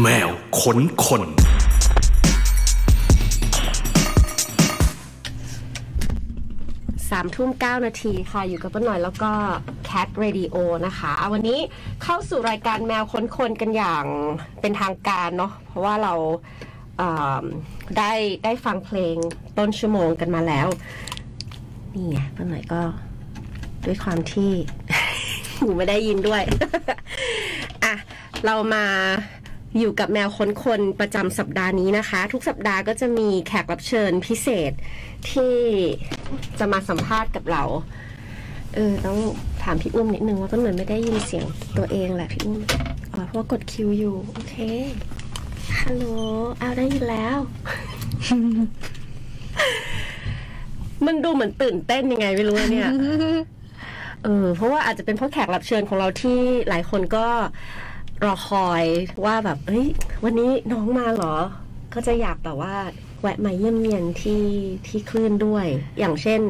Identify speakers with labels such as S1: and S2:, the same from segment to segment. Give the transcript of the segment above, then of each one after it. S1: แมวขนคน
S2: สามทุ่มเก้านาทีค่ะ อยู่กับป้าหน่อยแล้วก็ Cat Radio นะคะเอาวันนี้เข้าสู่รายการแมวค้นคนกันอย่างเป็นทางการเนาะเพราะว่าเราเอิ่มได้ได้ฟังเพลงต้นชั่วโมงกันมาแล้ว นี่ไงป้าหน่อยก็ด้วยความที่ หูไม่ได้ยินด้วย อ่ะ เรามาอยู่กับแมวค้นคนประจำสัปดาห์นี้นะคะ ทุกสัปดาห์ก็จะมีแขกรับเชิญพิเศษที่จะมาสัมภาษณ์กับเรา เออ ต้องถามพี่อุ้มนิดนึงว่าก็เหมือนไม่ได้ยินเสียงตัวเองแหละพี่อุ้มอ๋อเพราะว่ากดคิวอยู่ โอเค ฮัลโหลเอาได้ยินแล้ว มันดูเหมือนตื่นเต้นยังไงไม่รู้อะเนี่ย เออเพราะว่าอาจจะเป็นเพราะแขกรับเชิญของเราที่หลายคนก็รอคอยว่าแบบเฮ้ยวันนี้น้องมาเหรอ ก็จะอยากแบบว่า แวะมาเยี่ยมเยียนที่ที่คลื่นด้วย อย่างเช่น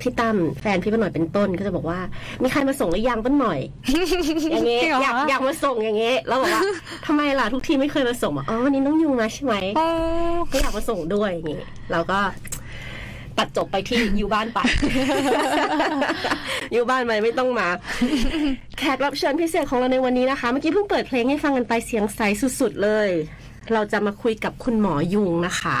S2: พี่ตั้มแฟนพี่ป้าหน่อยเป็นต้นก็จะบอกว่า มีใครมาส่งหรือยังป้าหน่อย อย่างเงี้ย
S3: จริงเหรอ
S2: อยากอยากมาส่งอย่างเงี้ยแล้วบอกว่า ทำไมล่ะทุกทีไม่เคยมาส่งอ่ะอ๋อวันนี้น้องยุงมาใช่ไหม
S3: โอ้
S2: ก็อยากมาส่งด้วยอย่างนี้เราก็ตัดจบไปที่ อยู่บ้านไป อยู่บ้านไปไม่ต้องมา แขกรับเชิญพิเศษของเราในวันนี้นะคะ เมื่อกี้เพิ่งเปิดเพลงให้ฟังกันไปเสียงใสสุดๆเลย เราจะมาคุยกับคุณหมอยุงนะคะ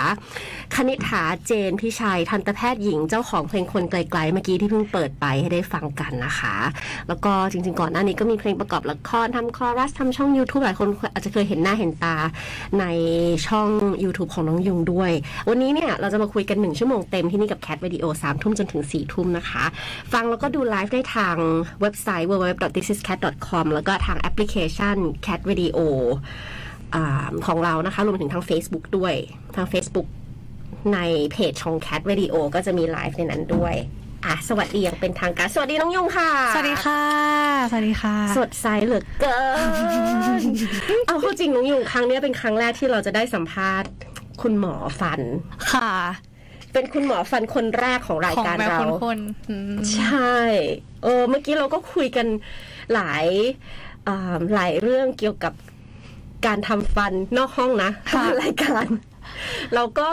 S2: คณิษฐาเจนพิชัยทันตแพทย์หญิงเจ้าของเพลงคนไกลๆเมื่อกี้ที่เพิ่งเปิดไปให้ได้ฟังกันนะคะ แล้วก็จริง ๆ ก่อนหน้านี้ก็มีเพลงประกอบละครทำคอรัสทำช่อง YouTube หลายคนอาจจะเคยเห็นหน้าเห็นตาในช่อง YouTube ของน้องยุงด้วย วันนี้เนี่ยเราจะมาคุยกัน 1 ชั่วโมงเต็มที่นี่กับแคทวิดีโอ3ทุ่มจนถึง 4 ทุ่มนะคะ ฟังแล้วก็ดูไลฟ์ได้ทางเว็บไซต์ www.thisiscat.com แล้วก็ทางแอปพลิเคชัน Cat Video อ่าของเรานะคะรวมถึงทาง Facebook ด้วยทาง Facebook ในเพจของ Cat Radio ก็จะมีไลฟ์ในนั้นด้วย อ่ะ สวัสดีอย่างเป็นทางการ สวัสดีน้องยุงค่ะ
S3: สวัสดีค่ะ สวัสดีค่ะ
S2: สดใสเหลือเกิน เอาเข้าจริงน้องยุงครั้งเนี้ยเป็นครั้งแรกที่เราจะได้สัมภาษณ์ คุณหมอฟัน
S3: ค่ะ
S2: เป็นคุณหมอฟันคนแรกของราย
S3: ของ
S2: การ
S3: แมว
S2: เรา
S3: คนคนอืม
S2: ใช่ เออ เมื่อกี้เราก็คุยกันหลายอ่าหลายเรื่องเกี่ยวกับการทำฟันนอกห้องนะตอนรายการ เราก็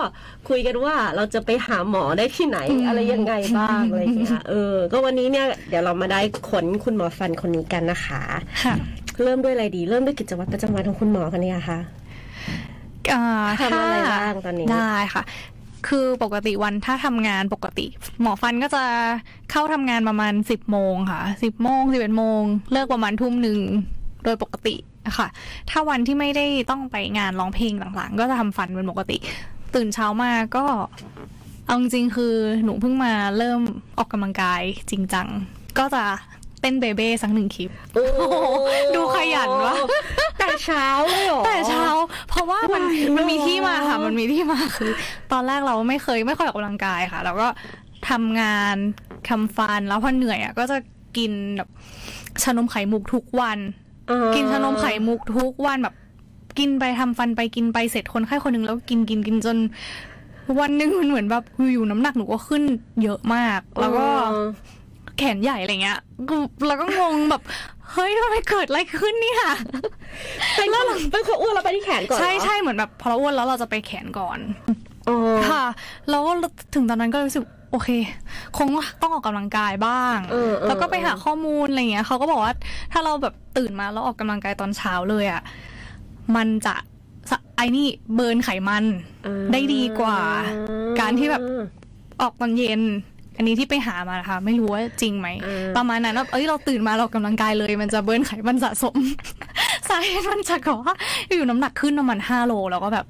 S2: คุยกันว่าเราจะไปหาหมอได้ที่ไหน อะไรยังไงบ้างอะไรอย่างเงี้ย เออ ก็วันนี้เนี่ยเดี๋ยวเรามาได้ขนคุณหมอฟันคนนี้กันนะคะ
S3: ค่ะ
S2: เริ่มด้วยอะไรดี เริ่มด้วยกิจวัตรประจำวันของคุณหมอกันเนี่ยค่ะ
S3: เอ่อ
S2: ทำอะไร
S3: ถ้
S2: บ้างตอนนี้
S3: ได้ค่ะ คือปกติวันถ้าทำงานปกติ หมอฟันก็จะเข้าทำงานประมาณสิบโมงค่ะสิบโมงสิบเอ็ดโมง เลิกประมาณทุ่มหนึ่งโดยปกติค่ะ ถ้าวันที่ไม่ได้ต้องไปงานร้องเพลงต่างๆ ก็จะทำฟันเป็นปกติ ตื่นเช้ามาก็ เอาจริงๆคือหนูเพิ่งมาเริ่มออกกำลังกายจริงจัง ก็จะเต้นเบเบ้สักหนึ่งคลิป
S2: โอ้
S3: ดูขยันวะ
S2: แต่เช้าเลยเหรอ
S3: แต่เช้า เพราะว่ามัน
S2: Why
S3: มันมีที่มาค่ะ
S2: หรอ
S3: มันมีที่มาคือ ตอนแรกเราไม่เคยไม่ค่อยออกกำลังกายค่ะ แล้วก็ทำงานทำฟันแล้วพอเหนื่อยอ่ะก็จะกินแบบชานมไข่มุกทุกวัน
S2: อ่า
S3: กินชานมไข่มุกทุกวันแบบ กินไปทำฟันไปกินไปเสร็จคนไข้คนหนึ่งแล้วกินกินกินจน วันหนึ่งมันเหมือนแบบอยู่ๆน้ำหนักหนูก็ขึ้นเยอะมาก แล้วก็
S2: อ่า
S3: แขนใหญ่อะไรเงี้ยกูเราก็งงแบบ เฮ้ยทำไมเกิดอะไรขึ้นเนี่ย
S2: เป็นคนเป็นคนอ้วนแล้วไปที่แขนก่อนเหรอ
S3: ใช่ใช่เหมือนแบบพอเราอ้วนแล้วเราจะไปแขนก่อน
S2: อ๋อ
S3: ค่ะ แล้วถึงตอนนั้นก็รู้สึกโอเค คงต้องออกกำลังกายบ้าง
S2: เออเออ
S3: แล้วก็ไปหาข้อมูลอะไรเงี้ยเขาก็บอกว่าถ้าเราแบบตื่นมาแล้วออกกำลังกายตอนเช้าเลยอะ่ะ มันจะสะไอ้นี่เบิร์นไขมัน
S2: อ่า
S3: ได้ดีกว่าการที่แบบ ออกตอนเย็น อันนี้ที่ไปหามานะคะ ไม่รู้ว่าจริงไหม
S2: อ่า
S3: ประมาณนั้นว่าเอ้ย เราตื่นมาเราออกกำลังกายเลย มันจะเบิร์นไขมันสะสม สาเหตุมันจะก่อว่าอยู่น้ำหนักขึ้นประมาณห้าโลแล้วก็แบบ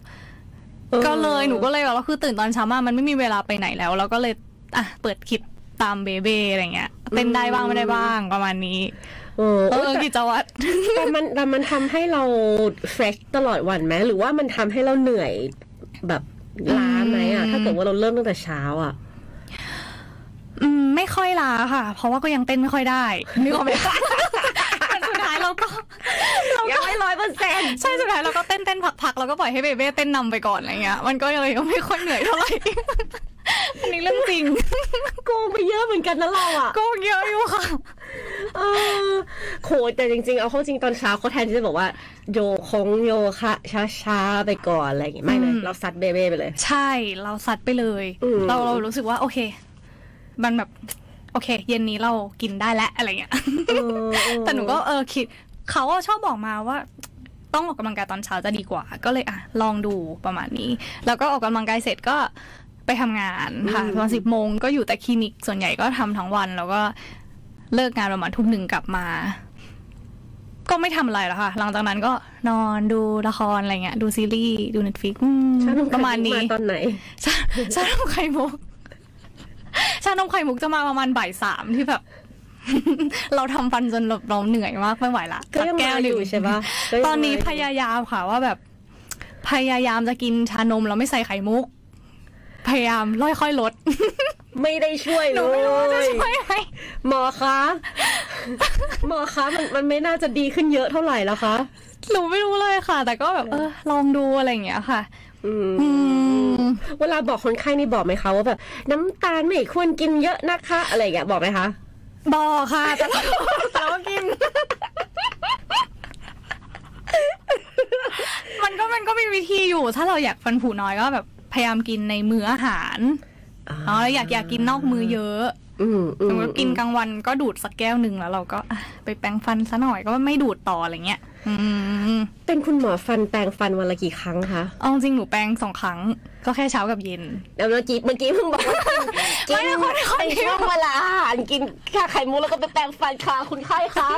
S2: ออ
S3: ก็เลยหนูก็เลยแบบว่าคือตื่นตอนเช้ามามันไม่มีเวลาไปไหนแล้ว แล้วก็เลยอ่ะเปิดคลิปตามเบเบ้อะไรเงี้ยเต้นได้บ้างไม่ได้บ้างประมาณนี้
S2: เออ
S3: เอ
S2: เอ
S3: อ
S2: อ
S3: กิจวัตร
S2: แต่มันแต่มันทำให้เรา fresh ตลอดวันไหมหรือว่ามันทำให้เราเหนื่อยแบบล้าไหมอ่ะ
S3: อืม
S2: ถ้าเกิดว่าเราเริ่มตั้งแต่เช้าอ่ะ
S3: อืมไม่ค่อยลาค่ะ เพราะว่าก็ยังเต้นไม่ค่อยได้นึกออกไหม คะ แต่สุดท้ายเราก็เรา
S2: ยั
S3: ก็
S2: งไม่ร้อยเปอร์เซ็นต์
S3: ใช่สุดท้ายเราก็เต้นเต้นพักๆแล้วก็ปล่อยให้เบเบ้เต้นนำไปก่อนอะไรเงี้ย มันก็เลยไม่ค่อยเหนื่อยเท่าไหร่ อันนี้ นี้เรื่องจริง
S2: โกงไปเยอะเหมือนกันนะเราอ่ะ
S3: โกงเยอะอยู่ค่ะ
S2: เออโหแต่จริงๆ เอาเข้าจริงตอนเช้าเขาแทนที่จะบอกว่า โยคงโยคะช้าๆ ไปก่อนอะไรอย่างงี้ไม่เลย
S3: อืม
S2: เราซัดเบเบ้ไปเลย
S3: ใช่เราซัดไปเลย
S2: อืม
S3: เราเรารู้สึกว่าโอเค มันแบบ โอเค เย็นนี้เรากินได้แล้วอะไรเงี้ย
S2: เออเออ
S3: แต่หนูก็เออคิดเขาก็ชอบบอกมาว่า ต้องออกกำลังกายตอนเช้าจะดีกว่า ก็เลยอ่ะลองดูประมาณนี้ แล้วก็ออกกำลังกายเสร็จก็ไปทำงานค่ะตอนสิบโมงก็อยู่แต่คลินิกส่วนใหญ่ก็ทำทั้งวัน แล้วก็เลิกงานประมาณทุ่มหนึ่งกลับมา ก็ไม่ทำอะไรแล้วค่ะ หลังจากนั้นก็นอนดูละครอะไรเงี้ยดูซีรีส์ดูเน็ตฟิก
S2: ฉันต้อง
S3: ประมาณนี้
S2: ตอนไหน
S3: ชาชานมไข่มุก ชานมไข่มุกจะมาประมาณบ่ายสามที่แบบ เราทำฟันจนแบบเราเหนื่อยมากไม่ไหวละ
S2: ก็ยัง
S3: สัแก้
S2: มาว อยู่ใช่ปะก็ยัง
S3: ตอนนี้
S2: มา
S3: พยายามค่ะว่าแบบ พยายามจะกินชานมแล้วไม่ใส่ไข่มุก พยายามค่อยๆลด
S2: ไม่ได้ช่วย
S3: หนูไม่รู้ว่า
S2: เล
S3: จะ
S2: ย
S3: ช่วยไหม
S2: หมอคะ หมอคะมันมันไม่น่าจะดีขึ้นเยอะเท่าไหร่แล้วคะ
S3: หนูไม่รู้เลยค่ะ แต่ก็แบบ เออ ลองดูอะไรอย่างเงี้ยค่ะ
S2: อืม
S3: อืม
S2: เวลาบอกคนไข้นี่บอกไหมคะว่าแบบน้ำตาลไม่ควรกินเยอะนะคะ อะไรอย่างเงี้ยบอกไหมคะ
S3: บอกค่ะ แต่เราแต่เราก็กิน มันก็มันก็มีวิธีอยู่ ถ้าเราอยากฟันผุน้อยก็แบบพยายามกินในมื้ออาหารอ๋อแล้วอยากอยากกินนอกมื้อเยอะ
S2: อืมอื
S3: ส
S2: ม
S3: มมติกินกลางวันก็ดูดสักแก้วหนึ่งแล้วเราก็อ่ะไปแปรงฟันซะหน่อยก็ไม่ดูดต่ออะไรเงี้ย อืม
S2: เป็นคุณหมอฟันแปรงฟันวันละกี่ครั้งคะ
S3: เอาจริงหนูแปรงสองครั้ง ก็แค่เช้ากับเย็น
S2: แล้วเมื่อกี้เมื่อกี้เพิ่งบอกว่ากิน
S3: ไม่
S2: กิน
S3: ได้คน
S2: ใน
S3: เดีย
S2: ช่
S3: ว
S2: วงเวลาอาหารกินแค่ไข่มุกแล้วก็ไปแปรงฟันค่ะคุณไข้คะ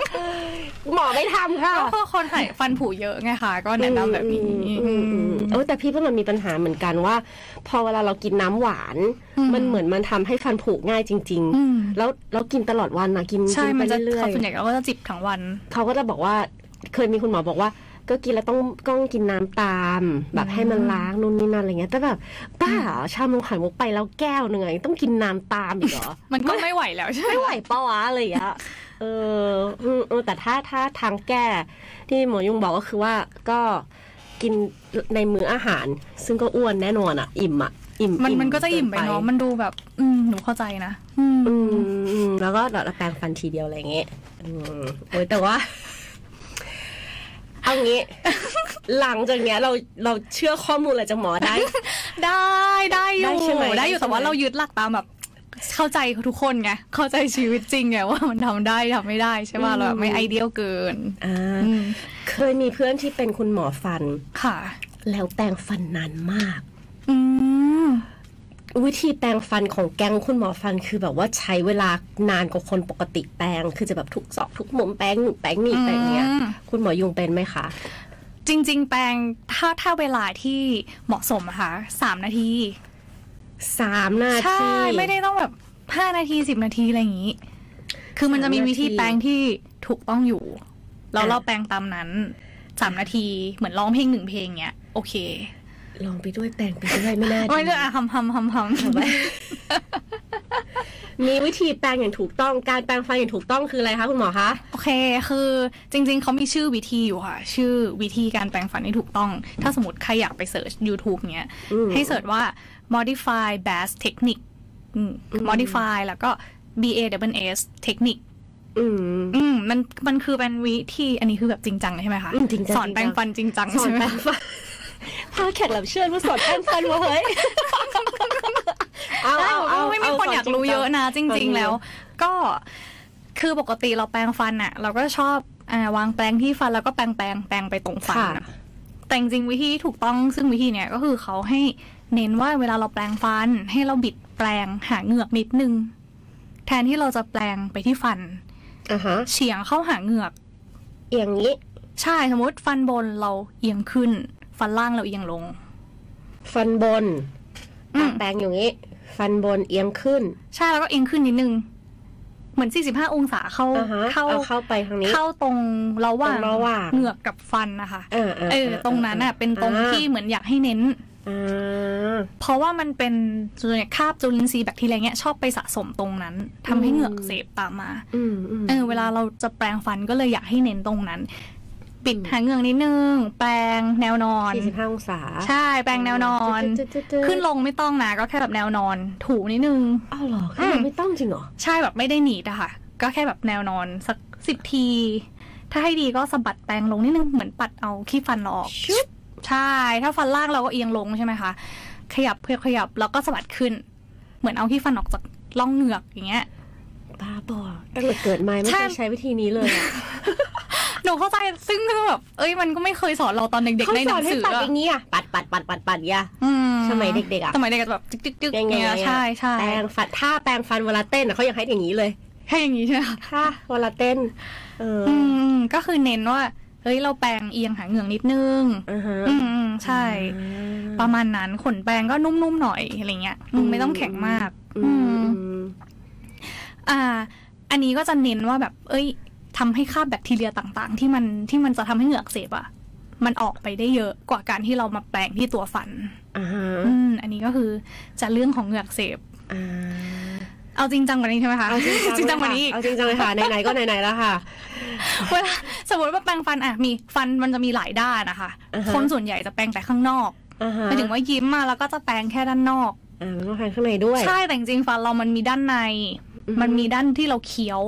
S2: หมอไม่ทำค่ะ
S3: ก็เพราะคนไข่ฟันผุเยอะไงคะก็แนะนำแบบนี้
S2: อืมอืมเออแต่พี่ก็มันมีปัญหาเหมือนกันว่า พอเวลาเรากินน้ำหวาน
S3: อืม
S2: มันเหมือนมันทำให้ฟันผุง่ายจริง
S3: อืม
S2: ๆ แล้วแล้วกินตลอดวันนะกิน
S3: ใช่
S2: กิน
S3: มัน
S2: ไป
S3: จะ
S2: เรื่อ
S3: เขา
S2: ย
S3: ส่วนใหญ่ก็จะจิบทั้งวัน
S2: ๆเขาก็จะบอกว่า เคยมีคุณหมอบอกว่า ก็กินแล้วต้องก้องกินน้ำตาม แบบให้มันล้างนู่นนี่นั่นอะไรเงี้ยแต่แบบบ้าเหรอชามงไข่มุกไปแล้วแก้วหนึ่งอะยังต้องกินน้ำตามอีกเหรอ
S3: มันก็ไม่ไหวแล้วใช่ไหม
S2: ไม่ไหวปะวะอะไรอย่างเงี้ยเอออืมเออแต่ถ้าถ้าทางแก้ที่หมอยุงบอกก็คือว่าก็กินในมื้ออาหาร ซึ่งก็อ้วนแน่นอนอ่ะ อิ่มอ่ะอิ่ม
S3: มัน
S2: อิ่
S3: มันก็จะอิ่มไปเนาะ มันดูแบบ อืมหนูเข้าใจนะอืม
S2: อืมอืมแล้วก็เราแปรงฟันทีเดียวอะไรอย่างเงี้ยอืมโอ้ยแต่ว่า เอางี้ หลังจากเนี้ยเราเราเชื่อข้อมูลอะไรจากหมอได้
S3: ได้ได้อ
S2: ได้
S3: ยู่
S2: ใช่ไหม
S3: ได้อยู่
S2: ได้ใช่ไหม
S3: แต่ว่าเรายึดหลักตามแบบ เข้าใจทุกคนไงเข้าใจชีวิตจริงไงว่ามันทำได้ทำไม่ได้ใช่ป่ะเราแบบไม่ไอเดียลเกิน
S2: อ่า
S3: อืม
S2: เคยมีเพื่อนที่เป็นคุณหมอฟัน
S3: ค่ะ
S2: แล้วแปรงฟันนานมาก
S3: อืม
S2: วิธีแปรงฟันของแก๊งคุณหมอฟันคือแบบว่าใช้เวลานานกว่าคนปกติแปรงคือจะแบบทุกซอกทุกมุมแปรงหนุนแปรงนี่แปรงเนี้ย
S3: อืม
S2: คุณหมอยุงเป็นไหมคะ
S3: จริง ๆ แปลงถ้าถ้าเวลาที่เหมาะสมอะค่ะสามนาที
S2: สามนา
S3: ใช่
S2: ที
S3: ไม่ได้ต้องแบบห้านาทีสิบนาทีอะไรอย่างนี้ คือมันจะมี
S2: สามนาที
S3: วิธีแปลงที่ถูกต้องอยู่ แล้ว
S2: อ่ะ
S3: เราแปลงตามนั้นสามนาทีเหมือนร้องเพลงหนึ่งเพลงเนี้ยโอเค
S2: ลองไปด้วยแปรงไปด้วยไม่น่า
S3: ไม่
S2: ดี
S3: ได้อะฮัมฮัมฮัมฮัม
S2: มีวิธีแปรงอย่างถูกต้อง การแปรงฟันอย่างถูกต้องคืออะไรคะคุณหมอคะ
S3: โอเค คือจริง ๆ เขามีชื่อวิธีอยู่ค่ะ ชื่อวิธีการแปลงฟันที่ถูกต้อง ถ้าสมมติใครอยากไปเสิร์ช YouTube เนี้ย
S2: อืม
S3: ให้เสิร์ชว่า modify bass technique อืม modify แล้วก็ b a w s technique
S2: อืม
S3: อืมมันมันคือเป็นวิธีอันนี้คือแบบจริงจังเลยใช่ไหมคะ
S2: อืมจริงจัง
S3: สอนแปรงฟันจริงจัง
S2: สอ
S3: ใช่
S2: นแป
S3: ไหม
S2: รงฟัน พาแขกรับเชิญมาสอนแปรงฟันวะเฮ้ย เอา
S3: ได้
S2: เอา
S3: บอก
S2: เอา
S3: ว่าไม่มีคนอยากรู้เยอะนะ จริง ๆ แล้ว ก็คือปกติเราแปรงฟันอะเราก็ชอบอ่าวางแปรงที่ฟันแล้วก็แปรงแปรงแปรงไปตรงฟัน
S2: ค่ะ
S3: อะแต่จริงๆวิธีที่ถูกต้องซึ่งวิธีเนี้ยก็คือเขาให้เน้นว่าเวลาเราแปรงฟัน ให้เราบิดแปรงหาเหงือกนิดนึง แทนที่เราจะแปรงไปที่ฟัน
S2: อ่ะฮะ
S3: เฉียงเข้าหาเหงือก
S2: อย่างนี้
S3: ใช่สมมติฟันบนเราเอียงขึ้น ฟันล่างเราเอียงลง
S2: ฟันบน
S3: อืม
S2: แปลงอย่างนี้ ฟันบนเอียงขึ้น
S3: ใช่แล้วก็เอียงขึ้นนิดนึง เหมือน 45 องศาเข้า
S2: อ่าฮะ
S3: เข้า
S2: เอาเข้าไปทางนี้
S3: เข้าตรงระหว่าง
S2: ตรงระหว่าง
S3: เหงือกกับฟันนะคะ
S2: เออ
S3: เออตรงนั้นน่ะเป็นตรงที่เหมือนอยากให้เน้น
S2: อ่า
S3: เพราะว่ามันเป็นส่วนใหญ่คราบจุลินทรีย์แบคทีเรียเนี้ยชอบไปสะสมตรงนั้นทำให้
S2: อืม
S3: เหงือกอักเสบตามมา
S2: อืมอืม
S3: เออเวลาเราจะแปรงฟันก็เลยอยากให้เน้นตรงนั้น ปิดหางเหงือกนิดนึง แปรงแนวนอน
S2: 45องศา
S3: ใช่ แปรงแนวนอน
S2: จุดๆๆๆ
S3: ขึ้นลงไม่ต้องนะ ก็แค่แบบแนวนอน ถูนิดนึง
S2: อ้าวเหรอขึ้นลงไม่ต้องจริงเหรอ
S3: ใช่แบบไม่ได้หนีดอะค่ะ ก็แค่แบบแนวนอนสักสิบที ถ้าให้ดีก็สะบัดแปรงลงนิดนึง เหมือนปัดเอาขี้ฟันเราออก
S2: ชุบ
S3: ใช่ ถ้าฟันล่างเราก็เอียงลงใช่ไหมคะ ขยับเพื่อขยับแล้วก็สะบัดขึ้น เหมือนเอาขี้ฟันออกจากร่องเหงือกอย่างเงี้ย
S2: บ้าบอตั้งแต่เกิดมาไม่
S3: ใช่
S2: เคยใช้วิธีนี้เลยอะ
S3: หนูเข้าใจซึ่งคือแบบเอ้ยมันก็ไม่เคยสอนเราตอนเด็กๆในหนังสือ
S2: เขาสอนให้ปัด
S3: อะ
S2: อย่างนี้อะปัดปัดปัดปัดปัดอยา
S3: อื
S2: สมัยเด็กๆอะ
S3: สมัยเด็กๆแบบจึ๊กๆๆ
S2: ยังไง
S3: เนี่ย
S2: อะ
S3: ใช่ใช่
S2: แปรงฟันท่าแปรงฟันเวลาเต้นอะเขายังให้อย่างนี้เลย
S3: แค่อย่างงี้ใช่ไหมคะ
S2: ท่าเวลาเต้น เออ
S3: อืมก็คือเน้นว่าเฮ้ยเราแปรงเอียงหางเหงือกนิดนึง
S2: อ่าฮะ
S3: อืมอืมใช่
S2: อ่า
S3: ประมาณนั้นขนแปรงก็นุ่มๆหน่อยอะไรเงี้ยอืม
S2: อืม
S3: ไม่ต้องแข็งมาก
S2: อื
S3: อืม
S2: ม
S3: อ่า อันนี้ก็จะเน้นว่าแบบ เอ้ยทำให้คราบแบคทีเรียต่างๆ ที่มันที่มันจะทำให้เหงือกอักเสบอะมันออกไปได้เยอะกว่าการที่เรามาแปรงที่ตัวฟัน
S2: อ่าฮะ
S3: อืมอันนี้ก็คือจะเรื่องของเหงือกอักเสบ
S2: อ่า
S3: เอาจริงจังกว่านี้ใช่ไหมคะ
S2: เอาจริง
S3: จริง
S2: จั
S3: จั
S2: ง
S3: ง
S2: เลย
S3: กว่า
S2: ค่ะ
S3: นี้อีก
S2: เอาจริงจังเลยค่ะไหนๆก็ไหนๆแล้วค่ะ
S3: เวลาสมมติว่าแปรงฟันอ่ะมีฟันมันจะมีหลายด้านนะคะ
S2: อ่าฮะ
S3: คนส่วนใหญ่จะแปรงแต่ข้างนอก
S2: อ่าฮะ
S3: หมายถึงว่ายิ้มมาแล้วก็จะแปรงแค่ด้านนอก
S2: อ่ามันต้องทานข้างในด้วย
S3: ใช่แต่จริงๆฟันเรามันมีด้านใน
S2: อื
S3: มันมีด้านที่เราเคี้ยว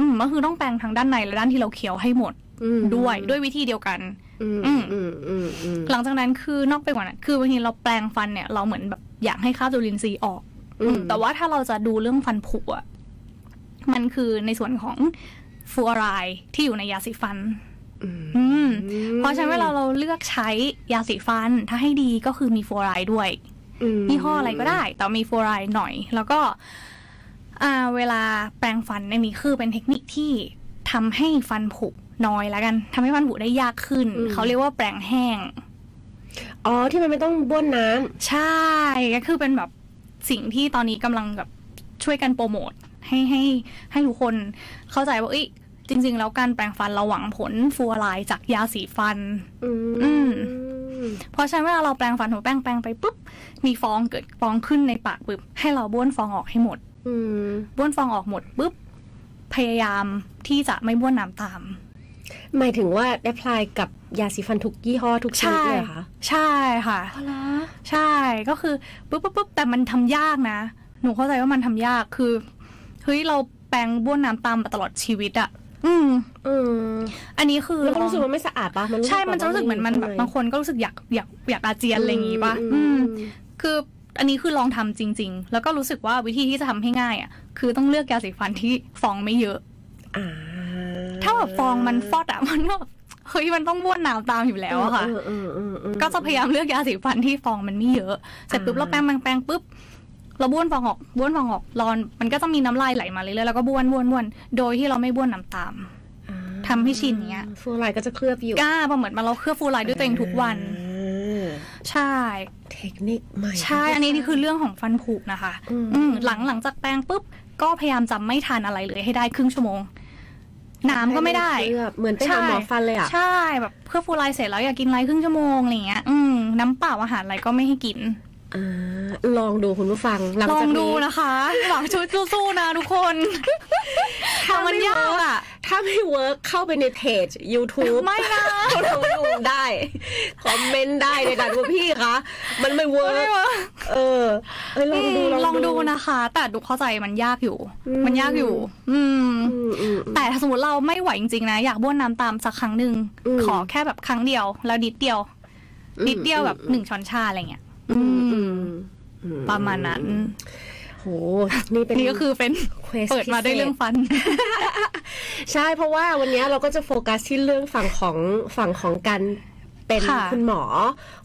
S3: อืมก็คือต้องแปรงทั้งด้านในและด้านที่เราเคี้ยวให้หมด
S2: อืม
S3: ด้วยด้วยวิธีเดียวกัน
S2: อืม
S3: อืม
S2: อืมอืมอืม
S3: หลังจากนั้นคือนอกไปกว่านั้นคือบางทีเราแปรงฟันเนี่ยเราเหมือนแบบอยากให้คราบจุลินทรีย์ออก
S2: อืม
S3: แต่ว่าถ้าเราจะดูเรื่องฟันผุอะมันคือในส่วนของฟลูออไรด์ที่อยู่ในยาสีฟัน
S2: อืม
S3: อืม เพราะฉะนั้นเวลาเราเลือกใช้ยาสีฟัน ถ้าให้ดีก็คือมีฟลูออไรด์ด้วย
S2: ม
S3: ยี่ห้ออะไรก็ได้ แต่มีฟลูออไรด์หน่อย แล้วก็อ่าเวลาแปรงฟันในยนี้คือเป็นเทคนิคที่ทำให้ฟันผุน้อยแล้วกันทำให้ฟันผุได้ยากขึ้น เขาเรียกว่าแปรงแห้ง
S2: อ๋อที่มันไม่ต้องบ้วนน้ำ
S3: ใช่ก็คือเป็นแบบสิ่งที่ตอนนี้กำลังแบบช่วยกันโปรโมทให้ให้ให้ทุกคนเข้าใจว่าเอ้ยจริง ๆ แล้วการแปรงฟันเราหวังผลฟลูออไรด์จากยาสีฟัน
S2: อื
S3: อื
S2: ม
S3: ม เพราะฉะนั้นเวลาเราแปรงฟันหัวแป้งแปรงไปปุ๊บมีฟองเกิดฟองขึ้นในปากปุ๊บให้เราบ้วนฟองออกให้หมด
S2: อืม
S3: บ้วนฟองออกหมดปุ๊บพยายามที่จะไม่บ้วนน้ำตาม
S2: หมายถึงว่าแอพพลายกับยาสีฟันทุกยี่ห้อทุกชนิด
S3: ใช่
S2: เลยเหรอคะ
S3: ใช่ค่ะ
S2: อ๋อเหรอ
S3: ใช่ก็คือปุ๊บปุ๊บปุ๊บแต่มันทำยากนะ หนูเข้าใจว่ามันทำยากคือเฮ้ยเราแปรงบ้วนน้ำตามมาตลอดชีวิตอะอืม
S2: อืม
S3: อันนี้คือ
S2: แล้วก็รู้สึกว่าไม่สะอาดปะมันรู้สึก
S3: ใช่มันจะรู้สึกเหมือนมันแบบ
S2: ข้
S3: บางคนก็รู้สึกอยากอยากอยากอาเจียนอะไรอย่างงี้ป่ะ
S2: อื
S3: อื
S2: ม
S3: ม คืออันนี้คือลองทำจริง ๆ แล้วก็รู้สึกว่าวิธีที่จะทำให้ง่ายอะคือต้องเลือกยาสีฟันที่ฟองไม่เยอะ
S2: อ่า
S3: ถ้าแบบฟองมันฟอดอะมันก็เฮ้ยมันต้องบ้วนน้ำตามอยู่แล้วอะค่ะ
S2: เออเออเออเออ
S3: ก็จะพยายามเลือกยาสีฟันที่ฟองมันไม่เยอะ เสร็จปุ๊บ
S2: อ่า
S3: เราแปรงแปรงแปรงปุ๊บ เราบ้วนฟองออกบ้วนฟองออกรอนมันก็จะมีน้ำลายไหลมาเรื่อยๆแล้วก็บ้วนบ้วนบ้วนโดยที่เราไม่บ้วนน้ำตาม
S2: อ่า
S3: ทำให้ชินเนี้ย
S2: ฟูไลก็จะเคลือบอยู่
S3: กล้าเหมือนมาเราเคลือบฟลูออไรด์ด้วยตัวเองทุกวัน
S2: อ่า
S3: ใช่
S2: เทคนิคใหม่
S3: ใช่ อันนี้นี่คือเรื่องของฟันผุนะคะ
S2: อืม
S3: อืมหลังหลังจากแปรงปุ๊บ ก็พยายามจำไม่ทานอะไรเลยให้ได้ครึ่งชั่วโมง น้ำก็ไม่ได้
S2: เคลือบเหมือนไปหา
S3: ใช่
S2: หมอฟันเลยอ่ะ
S3: ใช่แบบเพื่อฟลูออไรด์เสร็จแล้วอยากกินอะไรครึ่งชั่วโมงอะไรอย่างเงี้ยอืมน้ำเปล่าอาหารอะไรก็ไม่ให้กิน
S2: อ่าลองดูคุณผู้ฟังหลัง
S3: ลอ
S2: จาก
S3: งดู
S2: นี้
S3: นะคะหวังชุดสู้ๆนะทุก คน
S2: ถ้า
S3: ทำ
S2: มั
S3: มัน น
S2: ยาย
S3: ากก
S2: อะ
S3: อ่ะ
S2: ถ้าไม่เวิร์กเข้าไปในเพจ YouTube
S3: ไม่นะ
S2: เขาทำรูปได้ คอมเมนต์ได้ในการว่าพี่คะ มันไม่เวิร์
S3: ไม่
S2: ก
S3: วะ
S2: เออเอยลองดู
S3: ลองดูนะคะ แต่ดูเข้าใจมันยากอยู่
S2: อืม
S3: มันยากอยู่ อืม
S2: อืมอืมอืม
S3: แต่ถ้าสมมติเราไม่ไหวจริงๆนะ อยากบ้วนน้ำตามสักครั้งหนึ่ง
S2: อืม
S3: ขอแค่แบบครั้งเดียว แล้วนิดเดียว นิดเดียวแบบหนึ่งช้อนชาอะไรเงี้ย
S2: อืมอืมอื
S3: ประมาณนั้น
S2: โหนี่เป็น
S3: นี่ก็คือเป็น
S2: quest
S3: เปิดมาด้วยเรื่องฟัน
S2: ใช่เพราะว่าวันนี้เราก็จะโฟกัสที่เรื่องฝั่งของฝั่งของการเป็น
S3: ค่ะ
S2: คุณหมอ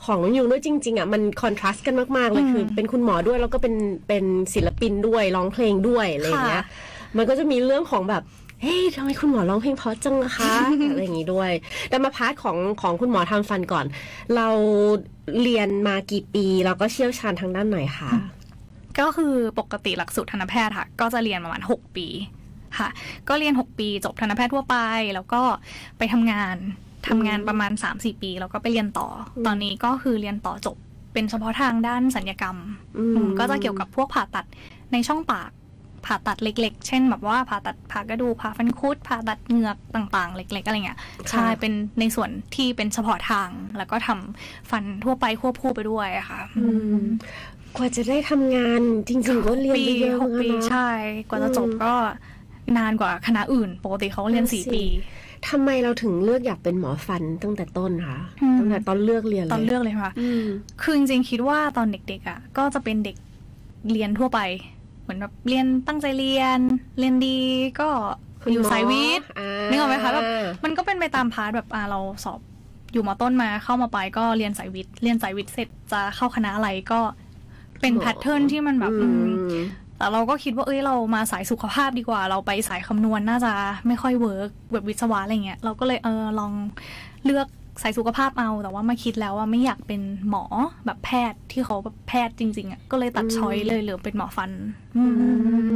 S2: ของน้องยูด้วยจริง ๆอ่ะมันคอนทราสต์กันมากๆเลย
S3: อืม
S2: คือเป็นคุณหมอด้วยแล้วก็เป็นเป็นศิลปินด้วยร้องเพลงด้วยอะไรอย่างเงี้ย
S3: ค่ะ
S2: มันก็จะมีเรื่องของแบบเฮ้ยทำไมคุณหมอร้องเพลงเพราะจังนะคะ อะไรอย่างงี้ด้วย แต่มาพาร์ทของของคุณหมอทำฟันก่อน เราเรียนมากี่ปีเราก็เชี่ยวชาญทางด้านไหนคะ
S3: ก็คือปกติหลักสูตรทันตแพทย์ค่ะ ก็จะเรียนประมาณ 6 ปีค่ะ ก็เรียน 6 ปีจบทันตแพทย์ทั่วไป แล้วก็ไปทำงานทำงานประมาณ 3-4 ปี แล้วก็ไปเรียนต่ออตอนนี้ก็คือเรียนต่อจบเป็นเฉพาะทางด้านสัญญกรรม
S2: อืม
S3: ก็จะเกี่ยวกับพวกผ่าตัดในช่องปาก ผ่าตัดเล็ก ๆ เช่นแบบว่าผ่าตัดผ่ากระดูกผ่าฟันคุด ผ่าตัดเหงือกต่างๆ เล็ก ๆ อะไรเงี้ยใช่เป็นในส่วนที่เป็นเฉพาะทาง แล้วก็ทำฟันทั่วไปควบคู่ไปด้วยอะค่ะ
S2: อืมกว่าจะได้ทำงานจริงๆก็เรียน
S3: ปี
S2: ไปเยอะ
S3: หกปี
S2: เหมือนกันนะ
S3: ใช่ กว่าจะจบ
S2: อืม
S3: ก็นานกว่าคณะอื่น ปกติเขาเรียนสี่
S2: นั่นสิ
S3: ปี
S2: ทำไมเราถึงเลือกอยากเป็นหมอฟันตั้งแต่ต้นคะ
S3: อืม
S2: ตั้งแต่ตอนเลือกเรียนเลย
S3: ตอนเลือกเลยค่ะ
S2: อืม
S3: คือจริงๆคิดว่าตอนเด็กๆอ่ะก็จะเป็นเด็กเรียนทั่วไป เหมือนแบบเรียนตั้งใจเรียน เรียนดีก็
S2: คุณหมอ
S3: อ
S2: อยู่
S3: สายวิทย์
S2: อ่านึ
S3: นึกออกไหมคะแบบมันก็เป็นไปตามพาร์ทแบบอ่าเราสอบอยู่มอต้นมาเข้ามาไปลายก็เรียนสายวิทย์เรียนสายวิทย์เสร็จจะเข้าคณะอะไรก็เป็น
S2: หมอ
S3: แพทเทิร์นที่มันแบบ
S2: อื
S3: อืม
S2: ม
S3: แต่เราก็คิดว่าเอ้ยเรามาสายสุขภาพดีกว่า เราไปสายคำนวณน่าจะไม่ค่อยเวิร์กแบบวิศวะอะไรเงี้ยเราก็เลยเออลองเลือกสายสุขภาพเอาแต่ว่ามาคิดแล้วว่าไม่อยากเป็นหมอแบบแพทย์ที่เขาแบบแพทย์จริงๆอ่ะก็เลยตัด
S2: อืม
S3: ช้อยเลยเหลือเป็นหมอฟันอืม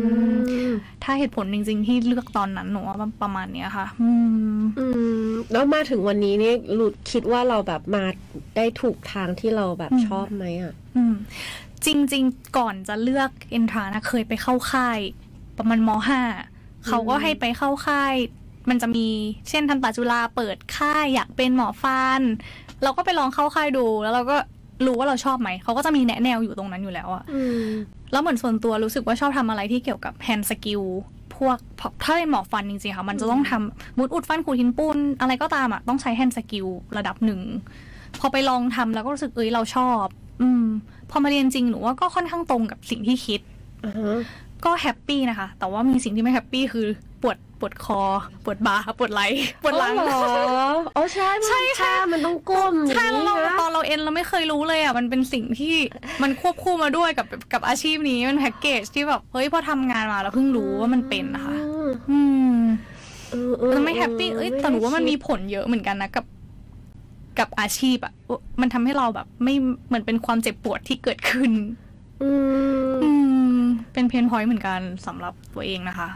S3: ถ้าเหตุผลจริง ๆ ที่เลือกตอนนั้นหนูว่าประมาณเนี้ยค่ะ อืม
S2: อืมแล้วมาถึงวันนี้นี่หลุดคิดว่าเราแบบมาได้ถูกทางที่เราแบบ
S3: อืม
S2: ชอบไหมอ่ะ
S3: อืมจริง ๆ ก่อนจะเลือกเอนทรานะเคยไปเข้าค่าย ประมาณมห้าเขาก็ให้ไปเข้าค่าย มันจะมีเช่นทันตาจุฬาเปิดค่ายอยากเป็นหมอฟัน เราก็ไปลองเข้าค่ายดู แล้วเราก็รู้ว่าเราชอบไหม เขาก็จะมีแนะแนวอยู่ตรงนั้นอยู่แล้วอะ
S2: อืม
S3: แล้วเหมือนส่วนตัวรู้สึกว่าชอบทำอะไรที่เกี่ยวกับแฮนด์สกิลพวกถ้าเป็นหมอฟันจริงๆค่ะ มันจะต้องทำมุดอุดฟันขูดหินปูนอะไรก็ตามอะต้องใช้แฮนด์สกิลระดับหนึ่ง พอไปลองทำแล้วก็รู้สึกเอ้ยเราชอบ อืม พอมาเรียนจริงหนูว่าก็ค่อนข้างตรงกับสิ่งที่คิด
S2: อ่าฮะ
S3: ก็แฮปปี้นะคะ แต่ว่ามีสิ่งที่ไม่แฮปปี้คือปวดปวดคอ ปวดบ่าปวดไหล่ปวดหลัง
S2: อ๋อเหรออ๋อใช่มัน
S3: ใช่ค่ะ
S2: มันต้องก้มอย่า
S3: ใช่
S2: ง
S3: แล้ว
S2: นี้
S3: เรา
S2: นะ
S3: ตอนเราเอ็นเราไม่เคยรู้เลยอ่ะมันเป็นสิ่งที่มันควบคู่มาด้วยกับกับอาชีพนี้มันแพ็กเกจที่แบบเฮ้ยพอทำงานมาเราเพิ่งรู้ว่ามันเป็นนะคะอืม
S2: เออเออ
S3: มันไม่แฮปปี้เอ้ยแต่หนูว่ามันมี
S2: ไได้
S3: ผลเยอะเหมือนกันนะกับ กับอาชีพอ่ะมันทำให้เราแบบ ไม่เหมือนเป็นความเจ็บปวดที่เกิดขึ้น
S2: คิดอืม
S3: อืมเป็นเพนพอยต์เหมือนกันสำหรับตัวเองนะคะ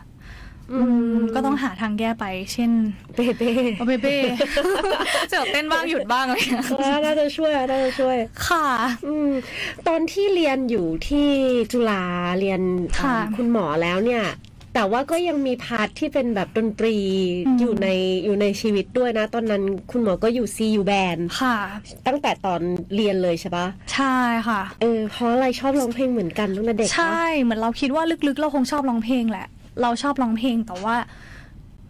S2: อืม
S3: ก็ต้องหาทางแก้ไป เช่น
S2: เป๊ะ
S3: โอเปเป้ จะเต้นบ้างหยุดบ้างอะไรอย่างเงี้ย
S2: ๆน่าจะช่วยน่าจะช่วย
S3: ค่ะ
S2: อืมตอนที่เรียนอยู่ที่จุฬาเรียน
S3: ค่ะ
S2: อ่าคุณหมอแล้วเนี่ย แต่ว่าก็ยังมีพาร์ทที่เป็นแบบดนตรีอยู่ในอยู่ในชีวิตด้วยนะ ตอนนั้นคุณหมอก็อยู่ซีอยู่แบน
S3: ค่ะ
S2: ตั้งแต่ตอนเรียนเลยใช่ปะ
S3: ใช่ค่ะ
S2: เออเพราะอะไรชอบร้องเพลงเหมือนกันตั้งแต่เด็กปะ
S3: ใช่ เหมือนเราคิดว่าลึกๆ เราคงชอบร้องเพลงแหละ เราชอบร้องเพลงแต่ว่า